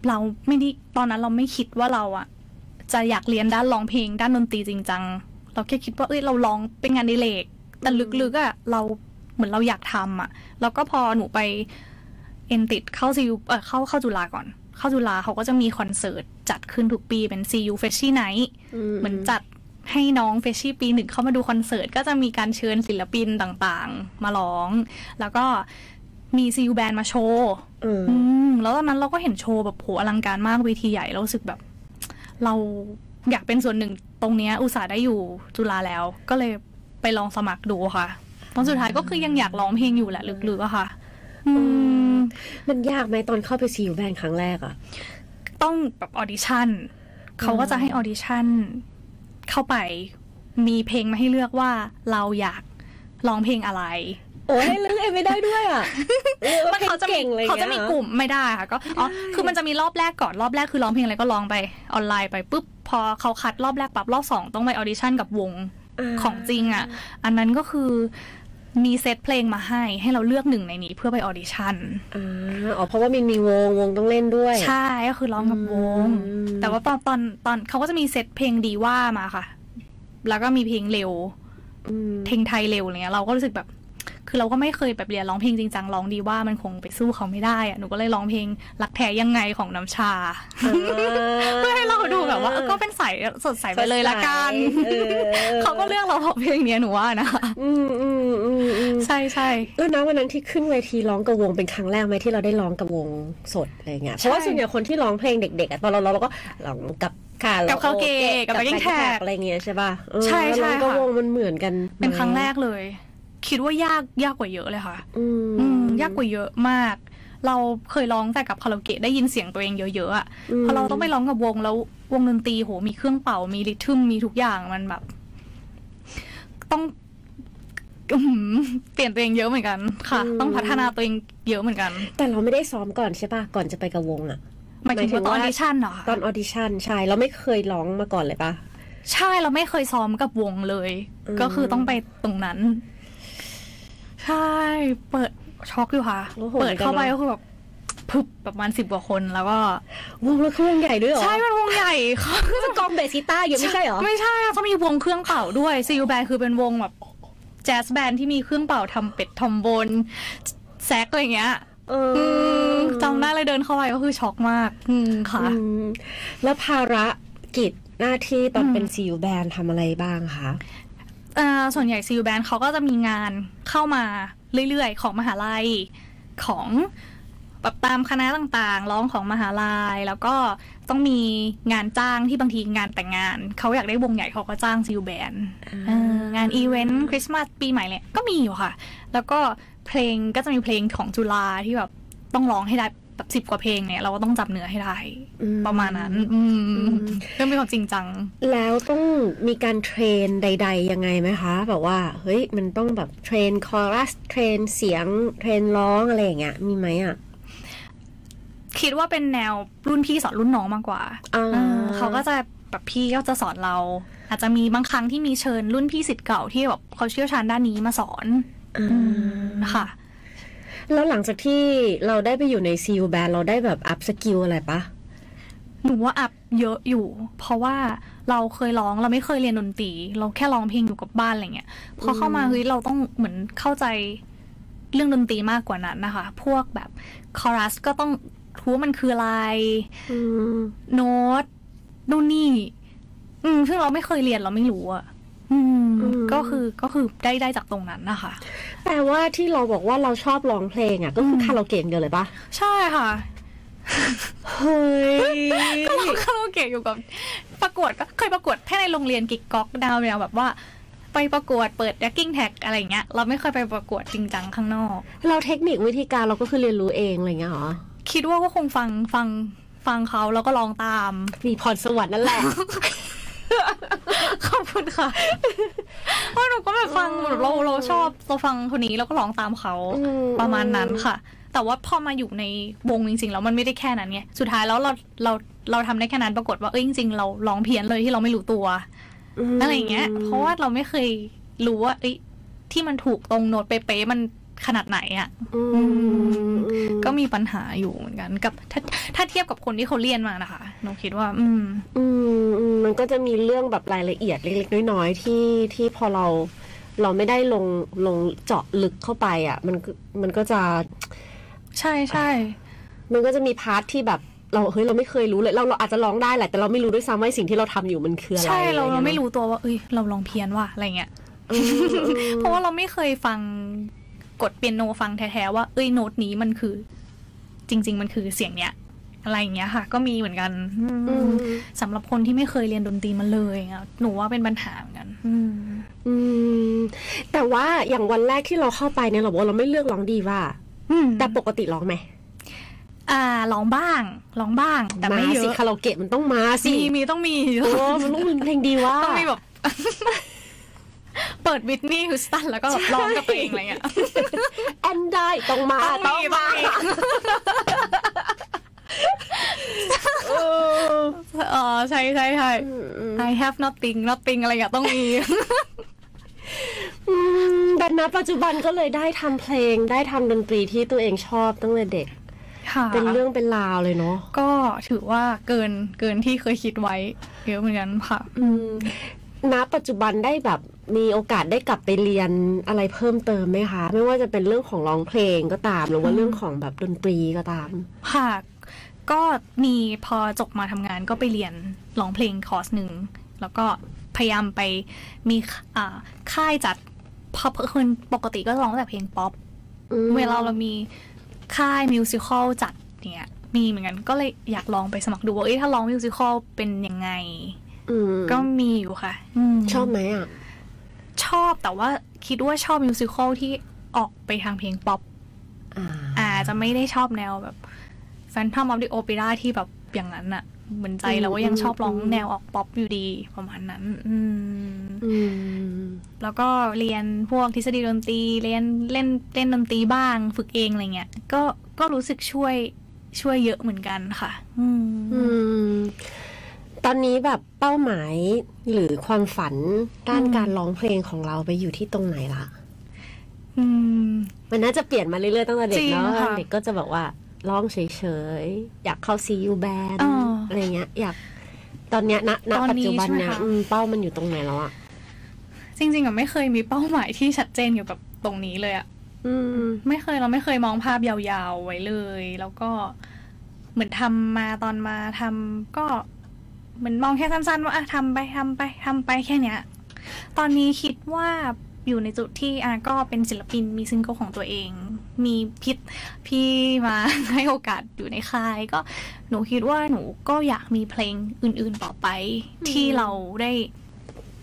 S3: เราไม่ได้ตอนนั้นเราไม่คิดว่าเราอะจะอยากเรียนด้านร้องเพลง ด้านดนตรีจริงจังเราแค่คิดว่าเอ้ยเราร้องเป็นงานอดิเลกแต่ลึกๆอะเราเหมือนเราอยากทำอะแล้วก็พอหนูไปเอ็นติดเข้าซีเออเข้าเข้าจุฬาก่อน เข้าจุฬาเขาก็จะมีคอนเสิร์ตจัดขึ้นทุกปีเป็น CU f r e s h i Night เหมือนจัดให้น้องเฟชชี่ปีหนึ่งเข้ามาดูคอนเสิร์ต ก็จะมีการเชิญศิลปินต่างๆ มาร้อง แล้วก็มีซีอูแบนมาโชว์
S2: เออ
S3: อืมแล้วตอนนั้นเราก็เห็นโชว์แบบโหอลังการมากเวทีใหญ่เรารู้สึกแบบ เราอยากเป็นส่วนหนึ่งตรงเนี้ยอุตส่าห์ได้อยู่จุฬาแล้ว ก็เลยไปลองสมัครดูค่ะตอนสุดท้ายก็คือยังอยากร้องเพลงอยู่แหละลึกๆอะค่ะ อืม
S2: มันยากไหมตอนเข้าไปซีอยู่แบนครั้งแรกอะ
S3: ต้องแบบออดิชั่นเขาก็จะให้ออดิชั่นเข้าไปมีเพลงมาให้เลือกว่าเราอยากร้องเพลงอะไร
S2: โอ้ยเลือกเองไม่ได้ด้วยอะ
S3: มันเขาจะมี
S2: ก่งอไรอย่ง
S3: เขา
S2: งี้ย
S3: จะมีกลุ่มไม่ได้ค่ะก็อ๋อคือมันจะมีรอบแรกก่อนรอบแรกคือร้องเพลงอะไรก็ร้องไปออนไลน์ไปปุ๊บพอเขาคัดรอบแรกปรับรอบสองต้องไปออดิชั่นกับวง
S2: า
S3: ของจริงอ่ะ อันนั้นก็คือมีเซตเพลงมาให้ให้เราเลือกหนึ่งในนี้เพื่อไปออดิชั่น
S2: อ่าอ๋อเพราะว่ามินมีวงวงต้องเล่นด้วย
S3: ใช่ ก็คือร้องกับวง
S2: อืม
S3: แต่ว่าตอนตอนตอนเขาก็จะมีเซตเพลงดีว่ามาค่ะ แล้วก็มีเพลงเร็ว
S2: อืม
S3: เพลงไทยเร็วอะไรเงี้ย เราก็รู้สึกแบบ คือเราก็ไม่เคยแบบเรียนร้องเพลงจริงจังร้องดีว่ามันคงไปสู้เขาไม่ได้อะหนูก็เลยร้องเพลงรักแท้ยังไงของน้ำชา เพื่อให้เราดูแบบว่าเออก็เป็นสายสดใสไปเลยละกัน
S2: เออ
S3: เขาก็เลือกเราเพราะเพลงเนี้ยหนูว่านะ
S2: อืมอืมอืมอืม
S3: ใช่ใช่
S2: แล้วนะวันนั้นที่ขึ้นเวทีร้องกับวงเป็นครั้งแรกไหมที่เราได้ร้องกับวงสดอะไรเงี้ยเพ
S3: ใช่
S2: ราะว่าส่วนใหญ่คนที่ร้องเพลงเด็กๆอะตอนเราเราเราก็ร้องกับค่ะ
S3: กับ
S2: ร้อง
S3: คาราโอเกะกับ
S2: แบ็
S3: backing
S2: แท็ก
S3: track
S2: อะไรเงี้ยใช่ป่ะเออ
S3: ใช่ใช่
S2: ร้องกับ
S3: ค่ะ
S2: วงมันเหมือนกันไหม
S3: เป็นครั้งแรกเลย คิดว่ายากยากกว่าเยอะเลยค่ะ
S2: อืม
S3: อืมยากกว่าเยอะมาก เราเคยร้องแต่กับคาราโอเกะได้ยินเสียงตัวเองเยอะๆอะ
S2: อืม
S3: พอเราต้องไปร้องกับวงแล้ววงดนตรีโหมีเครื่องเป่ามีริทึมมีทุกอย่างมันแบบ ต้อง อื้อหือ เปลี่ยนตัวเองเยอะเหมือนกันค่ะ
S2: อืม
S3: ต้องพัฒนาตัวเองเยอะเหมือนกัน
S2: แต่เราไม่ได้ซ้อมก่อนใช่ปะก่อนจะไปกับวงอะ
S3: หมายถึงว่าตอน
S2: หมายถึงว่า
S3: ออดิชั่นเหรอคะ
S2: ตอนออดิชั่นใช่ เราไม่เคยร้องมาก่อนเลยปะ
S3: ใช่เราไม่เคยซ้อมกับวงเลย
S2: อืม
S3: ก็คือต้องไปตรงนั้น ใช่ เปิดช็อกอยู่ค่ะ
S2: โอ้โห
S3: เปิดเข้าไปก็คือแบบพึบประมาณสิบกว่าคนแล้วก็
S2: วงละเครื่องใหญ่ด้วยเหรอ
S3: ใช่มันวงใหญ่ค่ะ
S2: ก็จะกองเบสกีตาร์อยู่ไม่ใช่เหรอ
S3: ไม่ใช่อะเขามีวงเครื่องเป่าด้วยซีอูแบนคือเป็นวงแบบแจ๊สแบนด์ที่มีเครื่องเป่าทำเป็ดทอมโบนแซกอะไรอย่างเงี้ย
S2: เอ
S3: อื
S2: อ
S3: มจำได้เลยเดินเข้าไปก็คือช็อกมาก อืมค่ะ
S2: อืมแล้วภาระกิจหน้าที่ตอน
S3: อืม
S2: เป็นซีอูแบนทำอะไรบ้างคะ
S3: เอ่อส่วนใหญ่ซีอูแบนเขาก็จะมีงานเข้ามาเรื่อยๆ ของมหาลัยของแบบตามคณะต่างๆ ร้องของมหาลัย แล้วก็ต้องมีงานจ้างที่บางทีงานแต่งงาน เขาอยากได้วงใหญ่เขาก็จ้างซิลแบนเอองานอีเวนต์คริสต์มาสปีใหม่เลยก็มีอยู่ค่ะ แล้วก็เพลงก็จะมีเพลงของจุฬาที่แบบต้องร้องให้ได้แบบสิบ10 กว่าเพลงเนี่ย เราก็ต้องจำเนื้อให้ได้
S2: อืม
S3: ประมาณนั้น
S2: อื
S3: อื
S2: ม
S3: มเรื่องเป็นความจริงจัง
S2: แล้วต้องมีการเทรนใด ๆ ยังไงไหมคะ แบบว่า เฮ้ย มันต้องแบบเทรนคอรัส เทรนเสียง เทรนร้องอะไรอย่างเงี้ย มีไหมอ่ะ
S3: คิดว่าเป็นแนวรุ่นพี่สอนรุ่นน้องมากกว่า
S2: อ่า
S3: เออเขาก็จะแบบพี่ก็จะสอนเรา อาจจะมีบางครั้งที่มีเชิญรุ่นพี่สิทธิ์เก่าที่แบบเขาเชี่ยวชาญด้านนี้มาสอน
S2: อ่า
S3: ค่ะ
S2: แล้วหลังจากที่เราได้ไปอยู่ในซีอูแบนเราได้แบบอัพสกิลอะไรปะ
S3: หนูว่าอัพเยอะอยู่ เพราะว่าเราเคยร้องเราไม่เคยเรียนดนตรี เราแค่ร้องเพลงอยู่กับบ้านอะไรเงี้ยพอเข้ามา
S2: อืม
S3: เฮ้ยเราต้องเหมือนเข้าใจเรื่องดนตรีมากกว่านั้นนะคะ พวกแบบคอรัสก็ต้องรู้ว่ามันคืออะไร
S2: อืม
S3: โน้ตนู่นนี่ อืมซึ่งเราไม่เคยเรียนเราไม่รู้อะอืม
S2: อืม
S3: ก็คือก็คือได้ได้จากตรงนั้นนะคะ
S2: แปลว่าที่เราบอกว่าเราชอบร้องเพลงอ่ะ ก็คือ
S3: ม
S2: คาราโอเกะอย่างเดียวเลยปะ
S3: ใช่ค่ะ
S2: เฮ้ย
S3: ก็ร้องคาราโอเกะอยู่กับ ประกวดก็เคยประกวดแค่ในโรงเรียนกิกก๊อกดาวแนวแบบว่า ไปประกวดเปิดแดกกิ้งแท็กอะไรอย่างเงี้ยเราไม่เคยไปประกวดจริงจังข้างนอก
S2: เราเทคนิควิธีการเราก็คือเรียนรู้เองอะไรอย่างเงี้ยเหรอ
S3: คิดว่าก็คงฟังฟังฟังเขาแล้วก็ลองตาม
S2: มีพรสวรรค์นั่นแหละ
S3: ขอบคุณค่ะ เพราะหนูก็แบบฟัง
S2: อืม
S3: เราเราชอบเราฟังคนนี้แล้วก็ร้องตามเขา
S2: อืม
S3: ประมาณนั้นค่ะ แต่ว่าพอมาอยู่ในวงจริงๆแล้วมันไม่ได้แค่นั้นไงสุดท้ายแล้วเราเราเราทำได้แค่นั้นปรากฏว่าเอ้ยจริงๆเราร้องเพี้ยนเลยที่เราไม่รู้ตัว
S2: ม
S3: อะไรอย่างเงี้ย เพราะว่าเราไม่เคยรู้ว่าเอ้ยที่มันถูกตรงโน้ตเป๊ะๆมันขนาดไหนอะ่ะ
S2: อืมอืม
S3: ก็มีปัญหาอยู่เหมือนกันกับถ้าถ้าเทียบกับคนที่เขาเรียนมานะคะหนูคิดว่า อืม
S2: อืมอืมมันก็จะมีเรื่องแบบรายละเอียดเล็กๆน้อยๆที่ที่พอเรา เราไม่ได้ลงลงเจาะลึกเข้าไปอ่ะ มันก็มันก็จะ
S3: ใช่ใช่
S2: มันก็จะมีพาร์ทที่แบบเราเฮ้ยเราไม่เคยรู้เลยเราเราอาจจะร้องได้แหละแต่เราไม่รู้ด้วยซ้ำว่าสิ่งที่เราทำอยู่มันคืออะไร
S3: ใช่เรา
S2: อะอ
S3: เรา
S2: ย่ง
S3: ไม่
S2: งี้ยนอะ
S3: รู้ตัวว่าเอ้ยเราลองเพี้ยนว่ะอะไรเงี้ย
S2: อืมอืม
S3: เพราะว่าเราไม่เคยฟังกดเปียโนฟังแท้ๆว่าเอ้ยโน้ตนี้มันคือ จริง ๆ มันคือเสียงเนี้ย อะไรอย่างเงี้ยค่ะ ก็มีเหมือนกัน
S2: อืม
S3: สำหรับคนที่ไม่เคยเรียนดนตรีมาเลยอะหนูว่าเป็นปัญหาเหมือนกัน อืม
S2: อืมแต่ว่าอย่างวันแรกที่เราเข้าไปเนี่ยเราบอกว่าเราไม่เลือกร้องดีว่า แต่ปกติร้องไหม
S3: อ่าลองบ้างลองบ้าง แต่ไม่เย
S2: าสิ
S3: อะ
S2: คาราโอเกะมันต้องมาสิ
S3: มีมีต้องมี
S2: โอ้มันต้องมีเพลงดีว่า
S3: ต้องมีแบบ เปิดวิทนี่ฮิวสตันแล้วก็แบบร้องกับตัวเองอะไรเงี้ย
S2: แอนได้ต้องมา
S3: ต้องมีต้องมี
S2: เออ
S3: เออใช่ใช่ใช่
S2: อืมอืม
S3: I have nothing nothing อะไรอย่างเงี้ยต้องมี
S2: อืมแต่ณปัจจุบันก็เลยได้ทำเพลงได้ทำดนตรีที่ตัวเองชอบตั้งแต่เด็ก
S3: ค่ะ
S2: เป็นเรื่องเป็นราวเลยเนาะ
S3: ก็ถือว่าเกินเกินที่เคยคิดไว้เยอะเหมือนกันค่ะ
S2: อืมณปัจจุบันได้แบบมีโอกาสได้กลับไปเรียนอะไรเพิ่มเติมไหมคะ ไม่ว่าจะเป็นเรื่องของร้องเพลงก็ตาม หรือว่าเรื่องของแบบดนตรีก็ตาม
S3: ค่ะ ก็มีพอจบมาทำงานก็ไปเรียนร้องเพลงคอร์สหนึ่ง แล้วก็พยายามไปมีอ่าค่ายจัดเพอเพื่อนปกติก็ร้องแต่เพลงป๊อป
S2: อืม
S3: เวลาเรามีค่ายมิวสิควลจัดเนี่ย มีเหมือนกันก็เลยอยากลองไปสมัครดูว่าเอ้ยถ้าร้องมิวสิควลเป็นยังไง
S2: อืม
S3: ก็มีอยู่ค่ะม
S2: ชอบไหมอ่ะ
S3: ชอบแต่ว่าคิดว่าชอบมิวสิควลที่ออกไปทางเพลงป๊อป
S2: อ่า
S3: อาจจะไม่ได้ชอบแนวแบบ Phantom of the Opera ที่แบบอย่างนั้นอะเหมือนใจเราก็ยังชอบร้องแนวออกป๊อปอยู่ดีประมาณนั้น อืม
S2: อืม
S3: แล้วก็เรียนพวกทฤษฎีดนตรีเรียนเล่นเล่นดนตรีบ้าง ฝึกเองอะไรเงี้ยก็ก็รู้สึกช่วยช่วยเยอะเหมือนกันค่ะ อืม
S2: อืม ตอนนี้แบบเป้าหมายหรือความฝันด้าน
S3: อืม
S2: การร้องเพลงของเราไปอยู่ที่ตรงไหนล่ะ
S3: อืม
S2: มันน่าจะเปลี่ยนมาเรื่อยๆตั้งแต่เด็กเนาะ
S3: จริงค่ะ
S2: เด็กก็จะแบบว่าร้องเฉยๆ อยากเข้าซีอูแบน
S3: อ๋ออ
S2: อะไรเงี้ย อยากตอนเนี้ยณณ
S3: ตอนนี้
S2: ปัจจุบันเนี่ย
S3: ใช่ไหมคะ
S2: อืมเป้ามันอยู่ตรงไหนแล้วอ่ะ
S3: จริงๆอะไม่เคยมีเป้าหมายที่ชัดเจนเกี่ยวกับตรงนี้เลยอะ
S2: อืม
S3: ไม่เคยเราไม่เคยมองภาพยาวๆไว้เลย แล้วก็เหมือนทำมาตอนมาทำก็เหมือนมองแค่สั้นๆ ว่าอ่ะทำไปทำไปทำไปแค่เนี้ย ตอนนี้คิดว่าอยู่ในจุดที่อ่ะก็เป็นศิลปินมีซิงเกิลของตัวเอง มีพิษพี่มา ให้โอกาสอยู่ในค่าย ก็หนูคิดว่าหนูก็อยากมีเพลงอื่นๆต่อไป ที่เราได้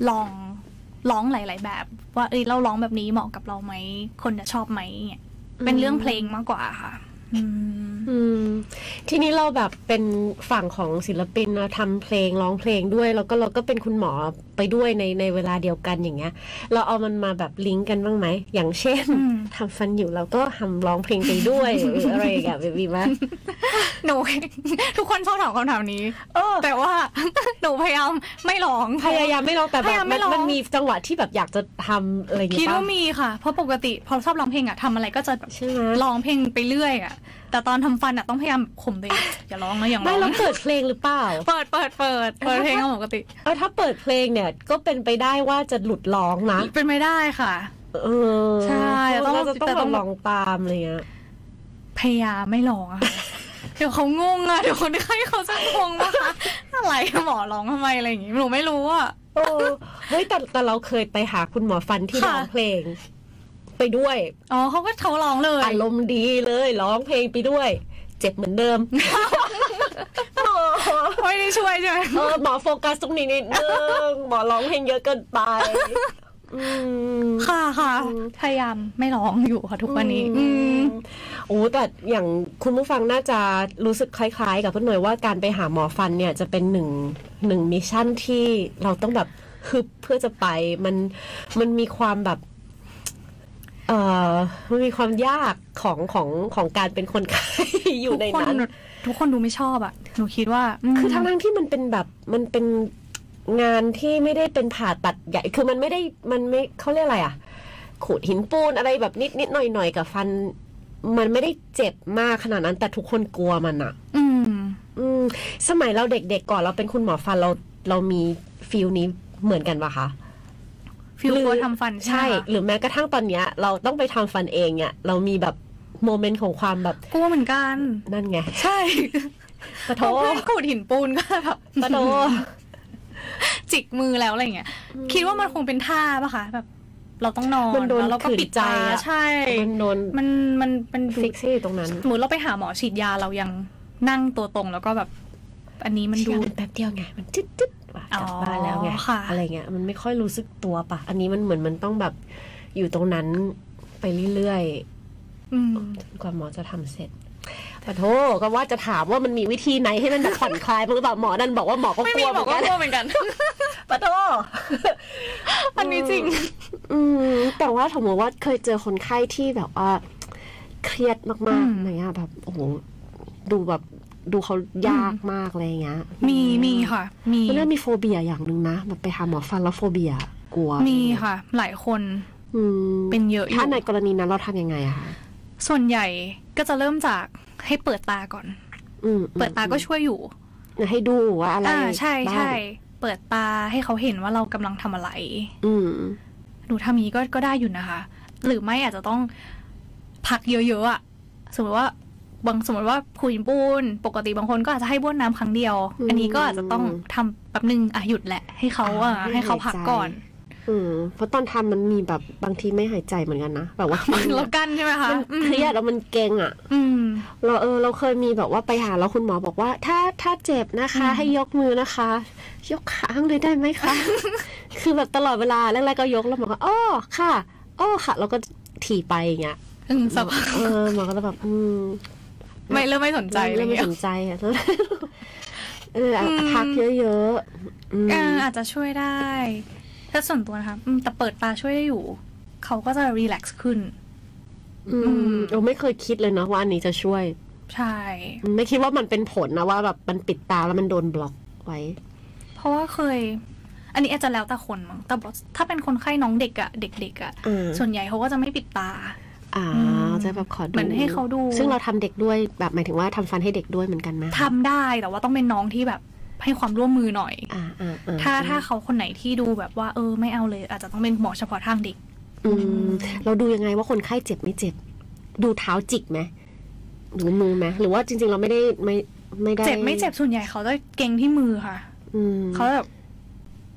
S3: ลองร้องหลาย ๆ แบบ ว่าเอ้ยเราร้องแบบนี้เหมาะกับเราไหมคนจะชอบไหมเนี่ย เป็นเรื่องเพลงมากกว่าค่ะ อืม
S2: อืมทีนี้เราแบบเป็นฝั่งของศิลปินเราทำเพลงร้องเพลงด้วย แล้วก็เราก็เป็นคุณหมอไปด้วยในในเวลาเดียวกันอย่างเงี้ย เราเอามันมาแบบลิงก์กันบ้างไหมอย่างเช่น
S3: อืม
S2: ทำฟันอยู่เราก็ทำร้องเพลงไปด้วยหรืออะไรอย่างเงี้ยแบบนี้ไหม
S3: หนู ทุกคนชอบถามคำถามนี้
S2: เออ
S3: แต่ว่า หนูพยายามไม่ร้อง
S2: พยายามไม่ร้องแต่
S3: พ
S2: แบบ
S3: ยายามไม่
S2: มัน
S3: ร้อง
S2: มันมีจังหวะที่แบบอยากจะทำอะไรอย่าง
S3: คิ
S2: เงี้
S3: ด
S2: ย
S3: ว่ามีค่ะ เพราะปกติพอชอบร้องเพลงอะทำอะไรก็จะแบบ
S2: ใช่ไหม
S3: ร้องเพลงไปเรื่อยอะแต่ตอนทำฟันอะต้องพยายามข่มตัวเอง อย่าร้องนะอย่าร้
S2: ไม่
S3: อง
S2: เราเปิดเพลงหรือเปล่า
S3: เปิดเปิดเปิดเปิดเพลงเอาปกติ
S2: เออถ้าเปิดเพลงเนี่ยก็เป็นไปได้ว่าจะหลุดร้องนะ
S3: เป็นไม่ได้ค่ะ
S2: เออ
S3: ใช่แต่
S2: เรา
S3: ต้อง
S2: จะต้อง
S3: แต่
S2: แบ
S3: ต้อบ ง
S2: ร้องตามอะไรเงี้ย
S3: พยายามไม่ร้องอะ ค่ะ เดี๋ยวเขางงอะเดี๋ยวคนไข้เขาจะงงนะคะ อะไรหมอร้องทำไมอะไรอย่างงี้หนูไม่รู้อะ
S2: โอ้เฮ้ยแต่แต่เราเคยไปหาคุณหมอฟันที่ร้
S3: ค่ะ
S2: องเพลง ไปด้วย
S3: อ๋อเขาก็เขาร้องเลย
S2: อารมณ์ดีเลยร้องเพลงไปด้วย เจ็บเหมือนเดิม
S3: ไม่ได้ช่วยใช่ไหม
S2: เออหมอโฟกัสตรงนี้นิดนึงหมอร้องเพลงเยอะเกินไปอืม
S3: ค่ะค่ะ
S2: อืม
S3: พยายามไม่ร้องอยู่ค่ะทุกวันนี้ อืม
S2: โอ้แต่อย่างคุณผู้ฟังน่าจะรู้สึกคล้ายๆ กับพี่หน่วยว่าการไปหาหมอฟันเนี่ยจะเป็นหนึ่งหนึ่งมิชชั่นที่เราต้องแบบฮึบเพื่อจะไปมันมันมีความแบบเอ่อมันมีความยากของของของการเป็นคนไข้ อยู่ใน
S3: ทุกคน
S2: นั้น
S3: ทุกคนดูไม่ชอบอ่ะ หนูคิดว่าม
S2: คือทั้งทั้งๆที่มันเป็นแบบมันเป็นงานที่ไม่ได้เป็นผ่าตัดใหญ่ คือมันไม่ได้มันไม่เขาเรียกอะไรอ่ะ ขูดหินปูนอะไรแบบนิดนิดหน่อยหน่อยๆกับฟัน มันไม่ได้เจ็บมากขนาดนั้น แต่ทุกคนกลัวมันอ่ะ
S3: อืม
S2: อืม สมัยเราเด็กๆก่อนเราเป็นคุณหมอฟันเราเรามีฟิลนี้เหมือนกันปะคะ
S3: ฟิล
S2: หรือ
S3: กลัวทำฟันใช่
S2: ใช่
S3: ไหมคะ
S2: หรือแม้กระทั่งตอนเนี้ย เราต้องไปทำฟันเองเนี่ยเรามีแบบโมเมนต์ของความแบบ
S3: กลัวเหมือนกัน
S2: นั่นไง
S3: ใช่
S2: ปะโถ
S3: เพราะเพื่อนขูดหินปูนก็ แบบ
S2: ปะโถ
S3: จิกมือแล้วอะไรอย่างเงี้ย คิดว่ามันคงเป็นท่าปะคะ แบบ เราต้องนอน
S2: มันโดน
S3: แล้วเราก็ปิ
S2: ขื
S3: ด
S2: นใจ
S3: ตา
S2: อะ
S3: ใช่
S2: มันโดน
S3: มันมันมันดู
S2: ฟิกซี่ตรงนั้น
S3: สมมติเราไปหาหมอฉีดยาเรายังนั่งตัวตรงแล้วก็แบบ อันนี้มัน
S2: เชื่อ
S3: ดู
S2: มันแป๊บเดียวไง มันจิ๊ดจิ๊ดว่ะกลับบ้านแล้วไง
S3: อ๋อค่ะ
S2: อะไรเงี้ยมันไม่ค่อยรู้สึกตัวปะอันนี้มันเหมือนมันต้องแบบอยู่ตรงนั้นไปเรื่อย
S3: อืม
S2: ๆจนกว่าหมอจะทำเสร็จปะโทก็ว่าจะถามว่ามันมีวิธีไหนให้มันแบบผ่อนคลายบ้างหรือเปล่าหมอดันบอกว่าหมอก็
S3: ไม่
S2: ก
S3: มี
S2: ลัวเห
S3: บ
S2: มื
S3: อ
S2: อก น
S3: ว่า
S2: กัน
S3: กลัวเหมือน กัน
S2: ปะโท
S3: อันนี้จริง
S2: อืมแต่ว่าสมมติว่าเคยเจอคนไข้ที่แบบว่าเครียด
S3: อื
S2: มาก
S3: ม
S2: ๆอะไรเงี้ยแบบโอ้โหดูแบบดูเขายากมากอะไรเงี้ย
S3: มีมีค่ะ มี
S2: เรื่องมีโฟเบียอย่างหนึ่งนะแบบไปหาหมอฟันแล้วโฟเบียกลัว
S3: มีค่ะ หลายคน
S2: อืม
S3: เป็นเยอะอยู่
S2: ถ้าในกรณีนั้นเราทำยังไงอะคะ
S3: ส่วนใหญ่ก็จะเริ่มจากให้เปิดตาก่อน
S2: อืม
S3: เปิดตาก็ช่วยอยู่
S2: ให้ดูว่าอะไร
S3: อ่าใช่
S2: บ้าง
S3: ใช่เปิดตาให้เขาเห็นว่าเรากำลังทำอะไร
S2: อืม
S3: หนูทำอย่างนี้ก็ก็ได้อยู่นะคะ หรือไม่อาจจะต้องพักเยอะๆอะสมมติว่าบางสมมติว่าคุยปูน ปกติบางคนก็อาจจะให้บ้วนน้ำครั้งเดียว
S2: อืม
S3: อันนี้ก็อาจจะต้องทำแป๊บนึงอ่ะหยุดแหละ ให้เขาอ่ะ
S2: อ่าให้
S3: ให้เขา
S2: หาย
S3: พัก
S2: ใจ
S3: ก่อน
S2: อืมเพราะตอนทำมันมีแบบบางทีไม่หายใจเหมือนกันนะแบบว่า มัน
S3: แล้วกันใช่ไหมคะอืม
S2: เครียดแล้วมันเกร็งอะ
S3: อืม
S2: เราเออเราเคยมีแบบว่าไปหาแล้วคุณหมอบอกว่า ถ้าถ้าเจ็บนะคะ
S3: อืม
S2: ให้ยกมือนะคะ ยกข้างเลยได้ไหมคะ คือแบบตลอดเวลาแรกๆก็ยกแล้วหมอก็อ้อค่ะอ้อค่ะแล้วก็ถีไปอย่างเงี้ย
S3: อืมสักพัก
S2: เออหมอก็จะแบบอืม
S3: ไม่เริ่มไม่สนใจอะไร
S2: เริ่มไม่
S3: เงี้ย
S2: สนใจอ่ะ เอออ่ะ
S3: อืม
S2: พักเยอะๆอืม
S3: เอออาจจะช่วยได้ ถ้าส่วนตัวนะคะอืมแต่เปิดตาช่วยได้อยู่ เขาก็จะรีแลกซ์ขึ้น
S2: อืมเราไม่เคยคิดเลยเนาะว่าอันนี้จะช่วย
S3: ใช่
S2: ไม่คิดว่ามันเป็นผลนะว่าแบบมันปิดตาแล้วมันโดนบล็อกไว้
S3: เพราะว่าเคย อันนี้อาจจะแล้วแต่คนมั้งแต่บอกถ้าเป็นคนไข้น้องเด็กอะเด็กๆอะ
S2: อืม
S3: ส่วนใหญ่เขาก็จะไม่ปิดตา
S2: อ่าจะแบบขอดู
S3: เหมือนให้เขาดู
S2: ซึ่งเราทำเด็กด้วยแบบหมายถึงว่าทำฟันให้เด็กด้วยเหมือนกันไหม
S3: ทำได้แต่ว่าต้องเป็นน้องที่แบบให้ความร่วมมือหน่อย
S2: อ่าอ่าอ่
S3: ถ้าถ้าเขาคนไหนที่ดูแบบว่าเออไม่เอาเลย อาจจะต้องเป็นหมอเฉพาะทางเด็ก
S2: อืมเราดูยังไงว่าคนไข้เจ็บไม่เจ็บ ดูเท้าจิกไหมหรือมือไหมหรือว่าจริง ๆ เราไม่ได้ไม่ไม่ได้
S3: เจ็บไม่เจ็บส่วนใหญ่เขาจะเก่งที่มือค่ะ
S2: อืม
S3: เขาแบบ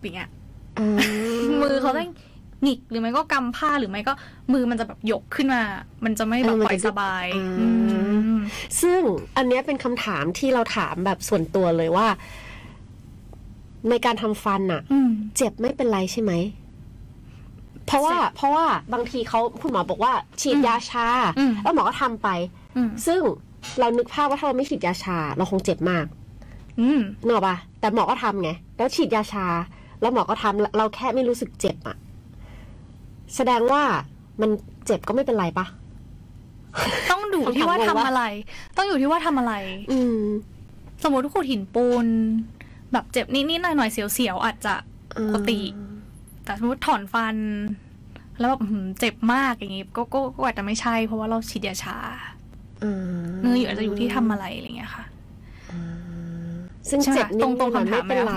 S3: อย่างเงี้ย
S2: อ่า
S3: มือเขาต้องหงิกหรือไม่ก็กำผ้าหรือไม่ก็มือมันจะแบบยกขึ้นมา มันจะไม่แบบปล่อยสบายอืม
S2: ซึ่งอันเนี้ยเป็นคำถามที่เราถามแบบส่วนตัวเลยว่า ในการทำฟันอะ
S3: อืม
S2: เจ็บไม่เป็นไรใช่ไหม เพราะว่า
S3: เจ็บ
S2: เพราะว่าบางทีเขาคุณหมอบอกว่า ฉีดยาชา
S3: อืม
S2: แล้วหมอก็ทำไป
S3: อืม
S2: ซึ่งเรานึกภาพว่าถ้าเราไม่ฉีดยาชา เราคงเจ็บมาก
S3: อืม
S2: นึกออกปะแต่หมอก็ทำไง แล้วฉีดยาชา แล้วหมอก็ทำเราแค่ไม่รู้สึกเจ็บอะแสดงว่ามันเจ็บก็ไม่เป็นไรปะ
S3: ต้องดูที่ว่าทำอะไร ต้องอยู่ที่ว่าทำอะไร
S2: อืม
S3: สมมติขูดหินปูน แบบเจ็บนิดๆหน่อยๆเสียวๆอาจจะ
S2: อ่า
S3: ปกติ แต่สมมติถอนฟัน แล้วแบบอื้อหือเจ็บมากอย่างงี้ก็ก็ก็อาจจะไม่ใช่เพราะว่าเราฉีดยาชา
S2: อ่า
S3: เนื้ออยู่อาจจะอยู่ที่ทำอะไรอะไรอย่างเงี้ยค่ะ
S2: ซึ่ง
S3: ใช่ไหม
S2: เจ็บนิด
S3: ตรงๆ
S2: หน่อย
S3: คำถาม
S2: ไม่เป็น
S3: แล้ว
S2: ไร